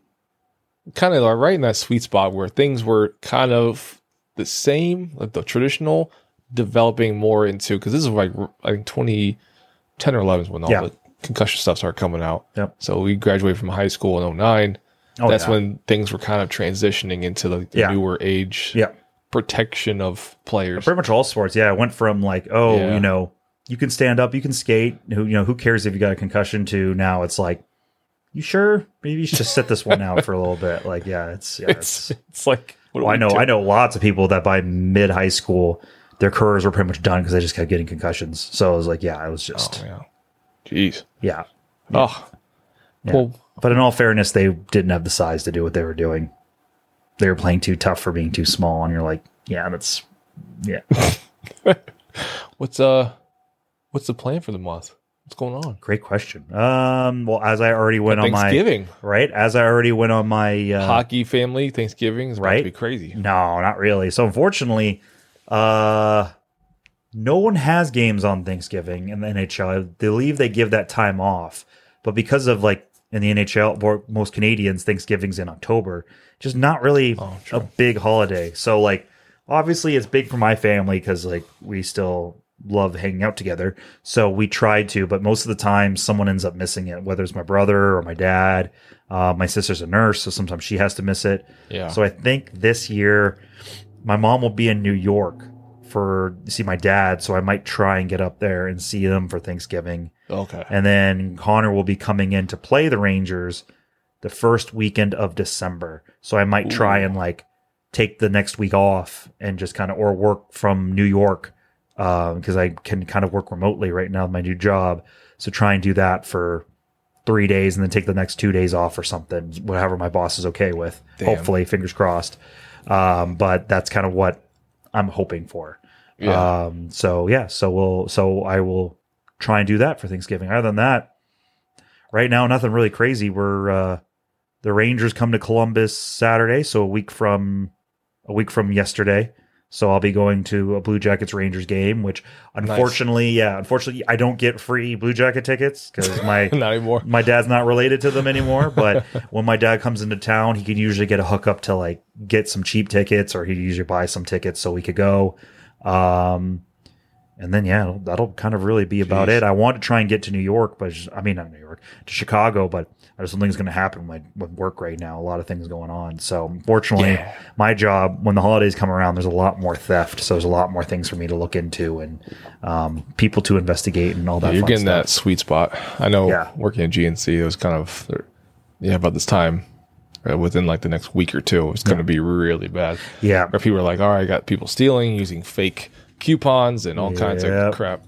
S1: kind of right in that sweet spot where things were kind of the same, like the traditional, developing more into because this is like I think 2010 or 11 is when all
S2: Yeah.
S1: the concussion stuff started coming out.
S2: Yep.
S1: So we graduated from high school in 09.
S2: Oh,
S1: That's
S2: yeah.
S1: when things were kind of transitioning into like the
S2: Yeah.
S1: newer age
S2: Yeah.
S1: protection of players.
S2: Pretty much all sports. Yeah, I went from like, oh,
S1: Yeah.
S2: you know, you can stand up, you can skate, who you know, who cares if you got a concussion to now it's like you sure? Maybe you should just sit this one out for a little bit. Like, yeah, it's
S1: [laughs]
S2: yeah,
S1: [laughs] It's, it's like what do
S2: Well, I
S1: we
S2: know,
S1: do? Oh,
S2: I know lots of people that by mid high school, their careers were pretty much done because they just kept getting concussions. So I was like, yeah, I was just,
S1: Oh, yeah. Jeez.
S2: yeah.
S1: Oh.
S2: Yeah.
S1: Well,
S2: But in all fairness, they didn't have the size to do what they were doing. They were playing too tough for being too small, and you're like, yeah, that's, yeah.
S1: what's uh, what's the plan for the month? What's going on?
S2: Great question. Um, well, as I already went on my
S1: Thanksgiving.
S2: right, as I already went on my uh,
S1: Hockey family, Thanksgiving is about to
S2: Right?
S1: be crazy.
S2: No, not really. So unfortunately, uh no one has games on Thanksgiving in the NHL. I believe they give that time off. But because of like in the NHL for most Canadians, Thanksgiving's in October. Just not really
S1: Oh,
S2: a big holiday. So like obviously it's big for my family because like we still love hanging out together. So we try to, but most of the time someone ends up missing it, whether it's my brother or my dad. Uh, my sister's a nurse, so sometimes she has to miss it.
S1: Yeah.
S2: So I think this year, my mom will be in New York for to see my dad. So I might try and get up there and see them for Thanksgiving.
S1: okay.
S2: And then Connor will be coming in to play the Rangers the first weekend of December. So I might try
S1: Ooh.
S2: and like take the next week off and just kind of or work from New York because I can kind of work remotely right now with my new job. So try and do that for three days and then take the next two days off or something, whatever my boss is okay with.
S1: Damn.
S2: Hopefully, fingers crossed. Um, but that's kind of what I'm hoping for.
S1: Yeah. [laughs]
S2: Um, so yeah, so we'll so I will try and do that for Thanksgiving. Other than that, right now nothing really crazy. We're uh the Rangers come to Columbus Saturday, so a week from a week from yesterday. So I'll be going to a Blue Jackets Rangers game, which unfortunately, yeah, unfortunately I don't get free Blue Jacket tickets
S1: [laughs]
S2: because my
S1: Not anymore.
S2: my dad's not related to them anymore, but [laughs] when my dad comes into town, he can usually get a hookup to like get some cheap tickets or he usually buy some tickets so we could go. Um, and then yeah, that'll, that'll kind of really be about it. I want to try and get to New York, but just, I mean not New York to Chicago, but I just don't think it's going to happen with, with work right now. A lot of things going on, so unfortunately,
S1: Yeah.
S2: my job when the holidays come around, there's a lot more theft, so there's a lot more things for me to look into and um, people to investigate and all that.
S1: You're
S2: fun
S1: getting
S2: stuff.
S1: that sweet spot. I know
S2: Yeah.
S1: working at GNC, it was kind of, yeah, about this time, uh, within like the next week or two, it's going to be really bad.
S2: Yeah.
S1: Where people are like, all right, I got people stealing, using fake coupons and all kinds of
S2: Yep.
S1: crap.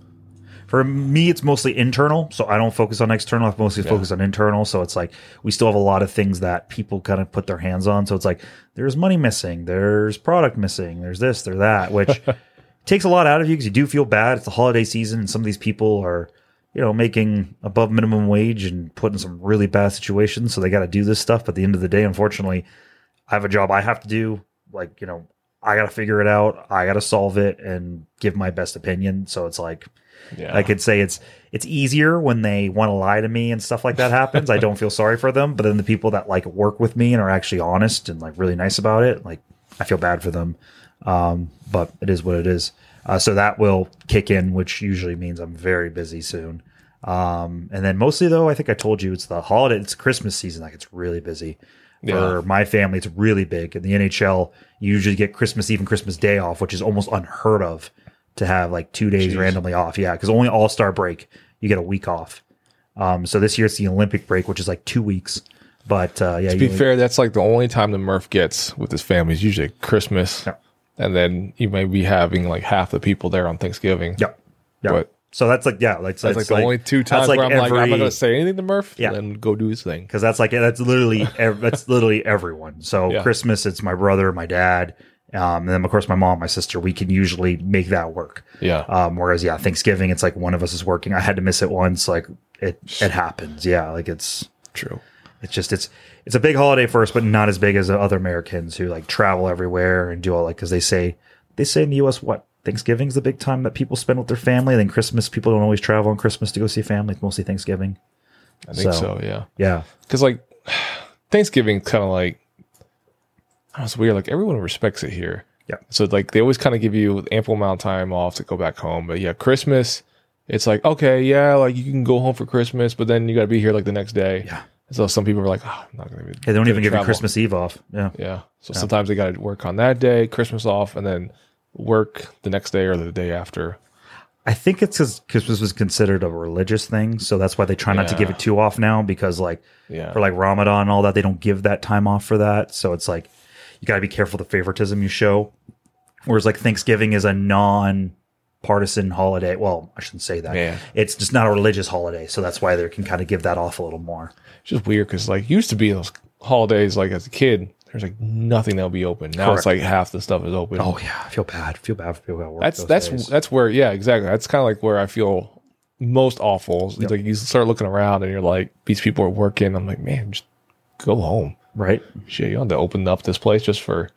S2: For me, it's mostly internal, so I don't focus on external. I mostly focus on internal. So it's like we still have a lot of things that people kind of put their hands on. So it's like there's money missing, there's product missing, there's this, there's that, which takes a lot out of you because you do feel bad. It's the holiday season, and some of these people are, you know, making above minimum wage and put in some really bad situations. So they got to do this stuff. But at the end of the day, unfortunately, I have a job I have to do. Like, you know, I got to figure it out. I got to solve it and give my best opinion. So it's like,
S1: Yeah.
S2: I could say it's it's easier when they want to lie to me and stuff like that happens. I don't feel sorry for them, but then the people that like work with me and are actually honest and like really nice about it, like I feel bad for them. Um, but it is what it is. Uh, so that will kick in, which usually means I'm very busy soon. Um, and then mostly though, I think I told you it's the holiday, it's Christmas season. Like it's really busy
S1: Yeah.
S2: for my family. It's really big. In the NHL, you usually get Christmas Eve and Christmas Day off, which is almost unheard of to have like two days randomly off. Yeah, because only All Star break you get a week off. Um, so this year it's the Olympic break, which is like two weeks. But uh, yeah,
S1: to
S2: you,
S1: be fair, that's like the only time the Murph gets with his family is usually Christmas.
S2: Yeah.
S1: And then you may be having like half the people there on Thanksgiving.
S2: yeah, yeah.
S1: But-
S2: so that's like yeah, like
S1: That's like the only two times where I'm like, I'm not going to say anything to Murph
S2: Yeah.
S1: and then go do his thing.
S2: because that's like that's literally ev- that's literally everyone. So
S1: Yeah.
S2: Christmas, it's my brother, my dad, um, and then of course my mom, my sister. We can usually make that work.
S1: Yeah.
S2: Um, whereas, yeah, Thanksgiving, it's like one of us is working. I had to miss it once. Like it, it happens. Yeah, like it's
S1: True.
S2: it's just it's it's a big holiday for us, but not as big as the other Americans who like travel everywhere and do all like because they say they say in the U.S. what Thanksgiving's the big time that people spend with their family. Then Christmas, people don't always travel on Christmas to go see family. It's mostly Thanksgiving.
S1: I think
S2: So-
S1: so yeah.
S2: Yeah,
S1: because like [sighs] Thanksgiving kind of like I was weird. Like everyone respects it here.
S2: Yeah.
S1: So like they always kind of give you ample amount of time off to go back home. But yeah, Christmas, it's like okay, yeah, like you can go home for Christmas, but then you got to be here like the next day.
S2: Yeah.
S1: So some people are like, oh, I'm not gonna be.
S2: they don't even give you
S1: travel."
S2: Christmas Eve off. Yeah,
S1: Yeah. So sometimes they got to work on that day, Christmas off, and then work the next day or the day after.
S2: I think it's because Christmas was considered a religious thing, so that's why they try not to
S1: Yeah.
S2: give it too off now because like
S1: Yeah.
S2: for like Ramadan and all that. They don't give that time off for that. So it's like you got to be careful the favoritism you show. Whereas like Thanksgiving is a non partisan holiday. Well, I shouldn't say that.
S1: Yeah.
S2: It's just not a religious holiday. So that's why they can kind of give that off a little more.
S1: It's just weird because like used to be those holidays like as a kid. There's like nothing that'll be open. Now it's like half the stuff is open.
S2: Oh, yeah. I feel bad. I feel bad for people that work.
S1: that's
S2: those
S1: that's
S2: days.
S1: that's where yeah exactly that's kind of like where i feel most awful It's like you start looking around and you're like these people are working i'm like man just go home
S2: right.
S1: shit you don't have to open up this place just for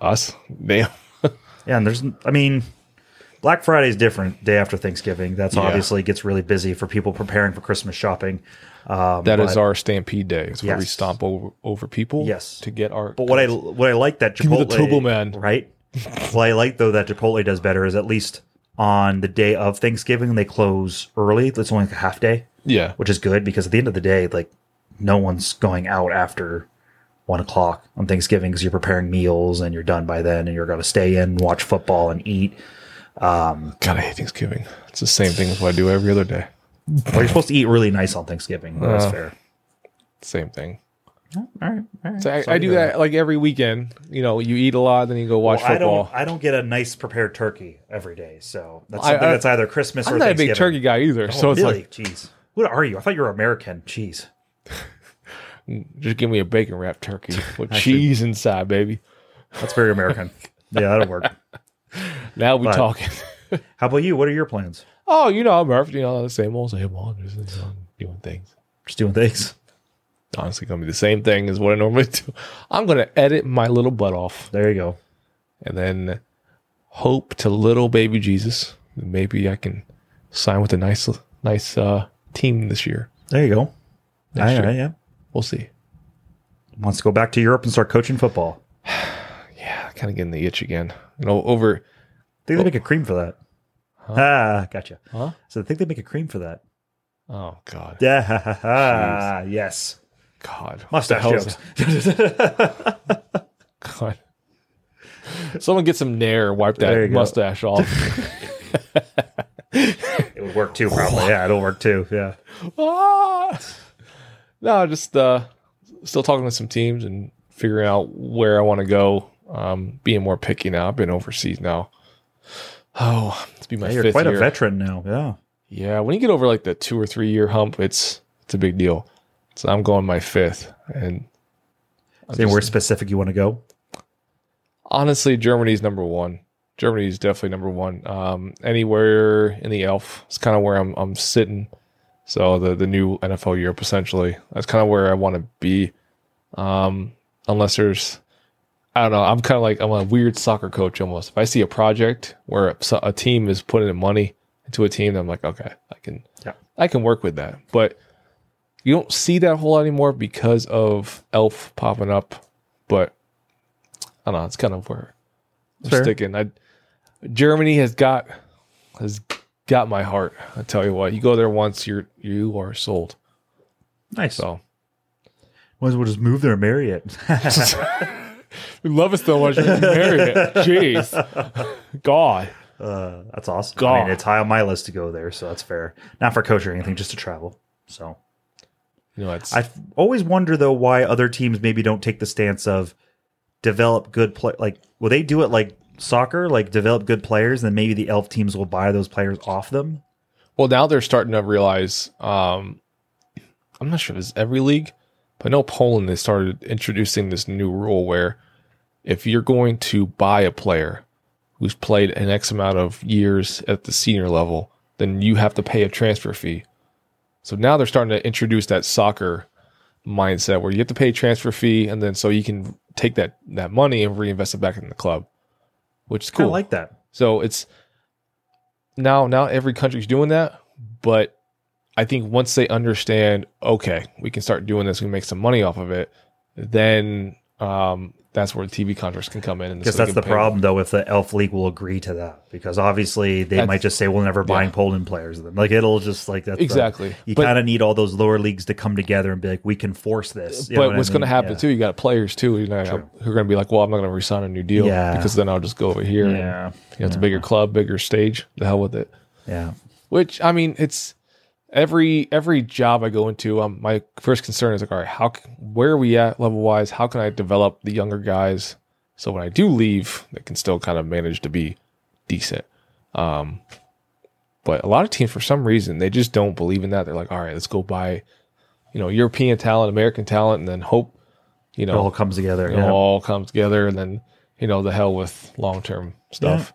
S1: us [laughs] damn
S2: Yeah, and there's, I mean, Black Friday is different. Day after Thanksgiving, that's
S1: Yeah.
S2: obviously gets really busy for people preparing for Christmas shopping. Um,
S1: that is
S2: but-
S1: our stampede day it's where we
S2: Yes.
S1: stomp over over people
S2: Yes.
S1: to get our
S2: But what I what I like that
S1: me
S2: Chipotle
S1: the Turbo Man.
S2: right? what I like though that Chipotle does better is at least on the day of Thanksgiving they close early. It's only like a half day,
S1: yeah
S2: which is good because at the end of the day, like no one's going out after one o'clock on Thanksgiving because you're preparing meals and you're done by then, and you're going to stay in, watch football, and eat.
S1: god i hate thanksgiving it's the same thing as what i do every other day
S2: Or you're supposed to eat really nice on Thanksgiving. That's
S1: Uh.
S2: fair.
S1: same thing
S2: All right, all right.
S1: so i, I do that like every weekend you know you eat a lot then you go watch
S2: I
S1: football
S2: don't. I don't get a nice prepared turkey every day, so that's
S1: I-
S2: something
S1: I-
S2: that's either Christmas or
S1: i'm not a big
S2: Thanksgiving. Oh,
S1: turkey guy either so it's
S2: really?
S1: like
S2: jeez. What are you? I thought you were American. Jeez.
S1: just give me a bacon wrapped
S2: [laughs]
S1: turkey with cheese inside baby
S2: That's very
S1: [laughs]
S2: American. yeah, that'll work.
S1: Now we talking. [laughs]
S2: How about you? What are your plans?
S1: oh, you know, I'm Murph, you know, the same old, same old, just, you know, doing things.
S2: Just doing things.
S1: Honestly, gonna be the same thing as what I normally [laughs] do. I'm gonna edit my little butt off
S2: There you go.
S1: and then hope to little baby Jesus. that Maybe I can sign with a nice, nice uh, team this year.
S2: There you go. I,
S1: year.
S2: I am.
S1: We'll see.
S2: Wants to go back to Europe and start coaching football.
S1: Yeah, kind of getting the itch again. You know, over
S2: I think they make a cream for that. Ah, gotcha.
S1: Huh?
S2: So I think they make a cream for that.
S1: Oh God,
S2: Yeah, ha, ha, ha. yes.
S1: God, What the
S2: Mustache
S1: hell is
S2: jokes. [laughs]
S1: that? [laughs] God. Someone get some nair, wipe
S2: There
S1: that
S2: you go.
S1: mustache off.
S2: it would work too, probably. Yeah, it'll work too. Yeah.
S1: Ah! No, just uh, still talking to some teams and figuring out where I want to go. Um, being more picky now. I've been overseas now. Oh, it's be my
S2: Yeah, you're
S1: fifth
S2: quite
S1: year.
S2: a veteran now. Yeah.
S1: Yeah, when you get over like the two or three year hump, it's it's a big deal. So I'm going my fifth, and I'm
S2: Is anywhere
S1: just-
S2: specific you want to go?
S1: honestly, Germany's number one. Germany's definitely number one. Um, anywhere in the Elf is kind of where I'm I'm sitting. So the the new NFL Europe essentially that's kind of where I want to be. Um, unless there's I don't know. I'm kind of like I'm a weird soccer coach almost. If I see a project where a, so- a team is putting in money into a team, I'm like, okay, I can
S2: Yeah.
S1: I can work with that. But you don't see that a whole lot anymore because of Elf popping up. But I don't know. It's kind of where I'm
S2: Fair.
S1: sticking. I Germany has got has got my heart. I tell you what, you go there once, you're you are sold.
S2: Nice.
S1: So
S2: Might as well just move there and marry it. [laughs]
S1: [laughs] we love it so much. we marry it. Jeez, God.
S2: uh, that's awesome. I
S1: God.
S2: mean, it's high on my list to go there, so that's fair. Not for coach or anything, just to travel. So
S1: You know, it's
S2: I f- always wonder though why other teams maybe don't take the stance of develop good play. Like, will they do it like soccer? Like, develop good players, then maybe the elf teams will buy those players off them.
S1: well now they're starting to realize. um I'm not sure if it's every league, but I know Poland they started introducing this new rule where if you're going to buy a player who's played an X amount of years at the senior level, then you have to pay a transfer fee. So now they're starting to introduce that soccer mindset where you have to pay a transfer fee and then so you can take that that money and reinvest it back in the club. Which is
S2: Cool.
S1: cool.
S2: Kind of like that.
S1: So it's now now every country's doing that, but I think once they understand, okay, we can start doing this, we can make some money off of it, then um, that's where TV contracts can come in. and
S2: Because
S1: so they
S2: that's
S1: can
S2: the
S1: pay-
S2: problem, though, if the Elf League will agree to that. Because obviously, they
S1: That's-
S2: might just say, "We'll never buying
S1: Yeah.
S2: Poland players." Then, like, it'll just like that's the-
S1: Exactly.
S2: you
S1: But-
S2: kind of need all those lower leagues to come together and be like, "We can force this." You know
S1: but
S2: what I
S1: what's going to
S2: mean?
S1: happen
S2: Yeah.
S1: too? You got players too, you know, who are going to be like, "Well, I'm not going to resign a new deal
S2: Yeah.
S1: because then I'll just go over here." and,
S2: Yeah.
S1: you know, it's a bigger club, bigger stage. The hell with it.
S2: Yeah.
S1: Which I mean, it's every every job I go into. Um, my first concern is like, all right, how c- where are we at level wise? How can I develop the younger guys so when I do leave, they can still kind of manage to be decent. Um, but a lot of teams, for some reason, they just don't believe in that. They're like, all right, let's go buy, you know, European talent, American talent, and then hope, you
S2: It all
S1: know,
S2: comes together.
S1: it
S2: yeah.
S1: all comes together, and then you know, the hell with long term stuff.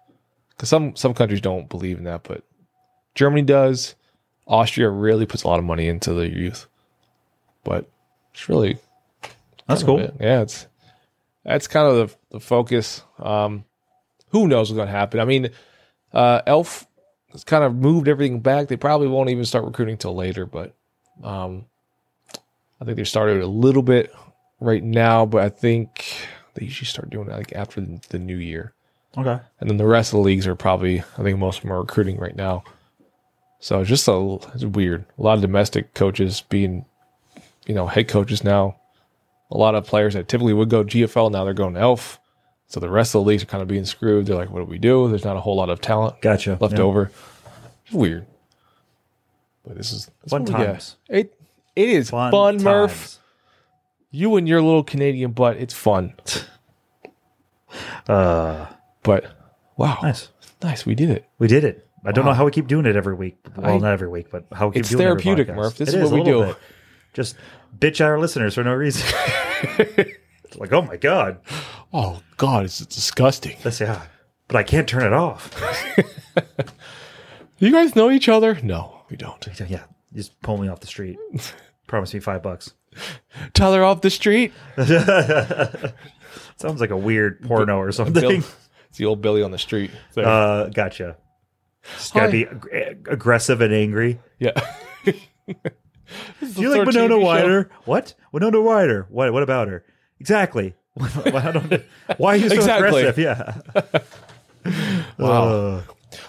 S1: Because some some countries don't believe in that, but Germany does. Austria really puts a lot of money into their youth, but it's really
S2: that's
S1: kind
S2: cool.
S1: of it. Yeah, it's that's kind of the, the focus. Um, who knows what's going to happen? I mean, uh, Elf has kind of moved everything back. They probably won't even start recruiting till later, but um, I think they started a little bit right now. But I think they usually start doing it like after the, the new year,
S2: Okay.
S1: and then the rest of the leagues are probably. I think most of them are recruiting right now. So it's just a it's weird. A lot of domestic coaches being, you know, head coaches now. A lot of players that typically would go GFL now they're going to Elf. So the rest of the leagues are kind of being screwed. They're like, what do we do? There's not a whole lot of talent
S2: Gotcha.
S1: left
S2: Yeah.
S1: over. It's weird. But this is that's
S2: Fun
S1: what we got.
S2: times.
S1: It it is fun, Murph.
S2: times.
S1: You and your little Canadian butt. It's fun.
S2: [laughs] Uh,
S1: But wow, nice,
S2: nice.
S1: we did it.
S2: We did it. I don't
S1: Wow.
S2: know how we keep doing it every week. Well,
S1: I-
S2: not every week, but how we keep
S1: It's
S2: doing it every
S1: therapeutic,
S2: podcast.
S1: Murph. This
S2: It
S1: is what we
S2: a little
S1: do.
S2: bit. Just bitch at our listeners for no reason. [laughs] It's like, oh my god,
S1: Oh God, it's, it's disgusting.
S2: that's yeah. But I can't turn it off. [laughs]
S1: Do you guys know each other? No, we don't.
S2: yeah, just pull me off the
S1: [laughs]
S2: street. Promise me five bucks.
S1: Tyler off the street.
S2: Sounds like a weird porno
S1: [laughs]
S2: or
S1: Bill,
S2: something.
S1: it's the old Billy on the street. So,
S2: Uh, gotcha. Just gotta
S1: Hi.
S2: be ag- aggressive and angry.
S1: [laughs] yeah.
S2: Do you like Winona Ryder? What? Winona Ryder? What? What about her? Exactly. [laughs] Why- I don't- Why are you so
S1: Exactly.
S2: aggressive? Yeah.
S1: [laughs] Wow.
S2: Uh,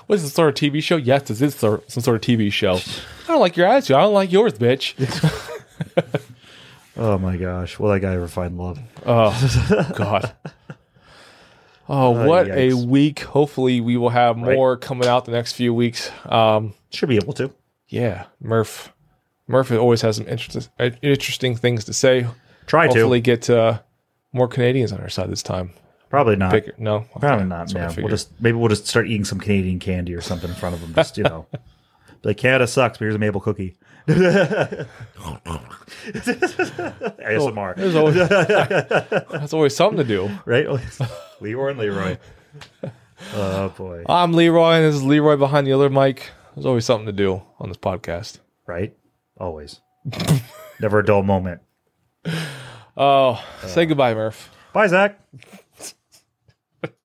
S1: What's this sort of TV show? Yes, this is sor- some sort of TV show. I don't like your attitude. I don't like yours, [laughs] bitch.
S2: Oh my gosh, will that guy ever find love?
S1: Oh God. [laughs] Oh, what a
S2: yikes.
S1: week! Hopefully, we will have more coming out the next few weeks. Um,
S2: Should be able to.
S1: yeah, Murph. Murph always has some interest, uh, interesting things to say.
S2: Try
S1: Hopefully,
S2: to.
S1: get uh, more Canadians on our side this time.
S2: Probably not.
S1: Bigger, no, Okay,
S2: Probably not,
S1: that's what I
S2: man. We'll
S1: figured.
S2: just maybe we'll just start eating some Canadian candy or something in front of them. Just
S1: [laughs]
S2: you know, Be like Canada sucks. But here's a maple cookie. [laughs] ASMR,
S1: There's always, [laughs] that's always something to do.
S2: right? [laughs] Leroy and Leroy. Oh boy,
S1: I'm Leroy, and this is Leroy behind the other mic. There's always something to do on this podcast.
S2: right? Always, never a dull moment.
S1: Oh, say goodbye, Murph.
S2: Bye, Zach.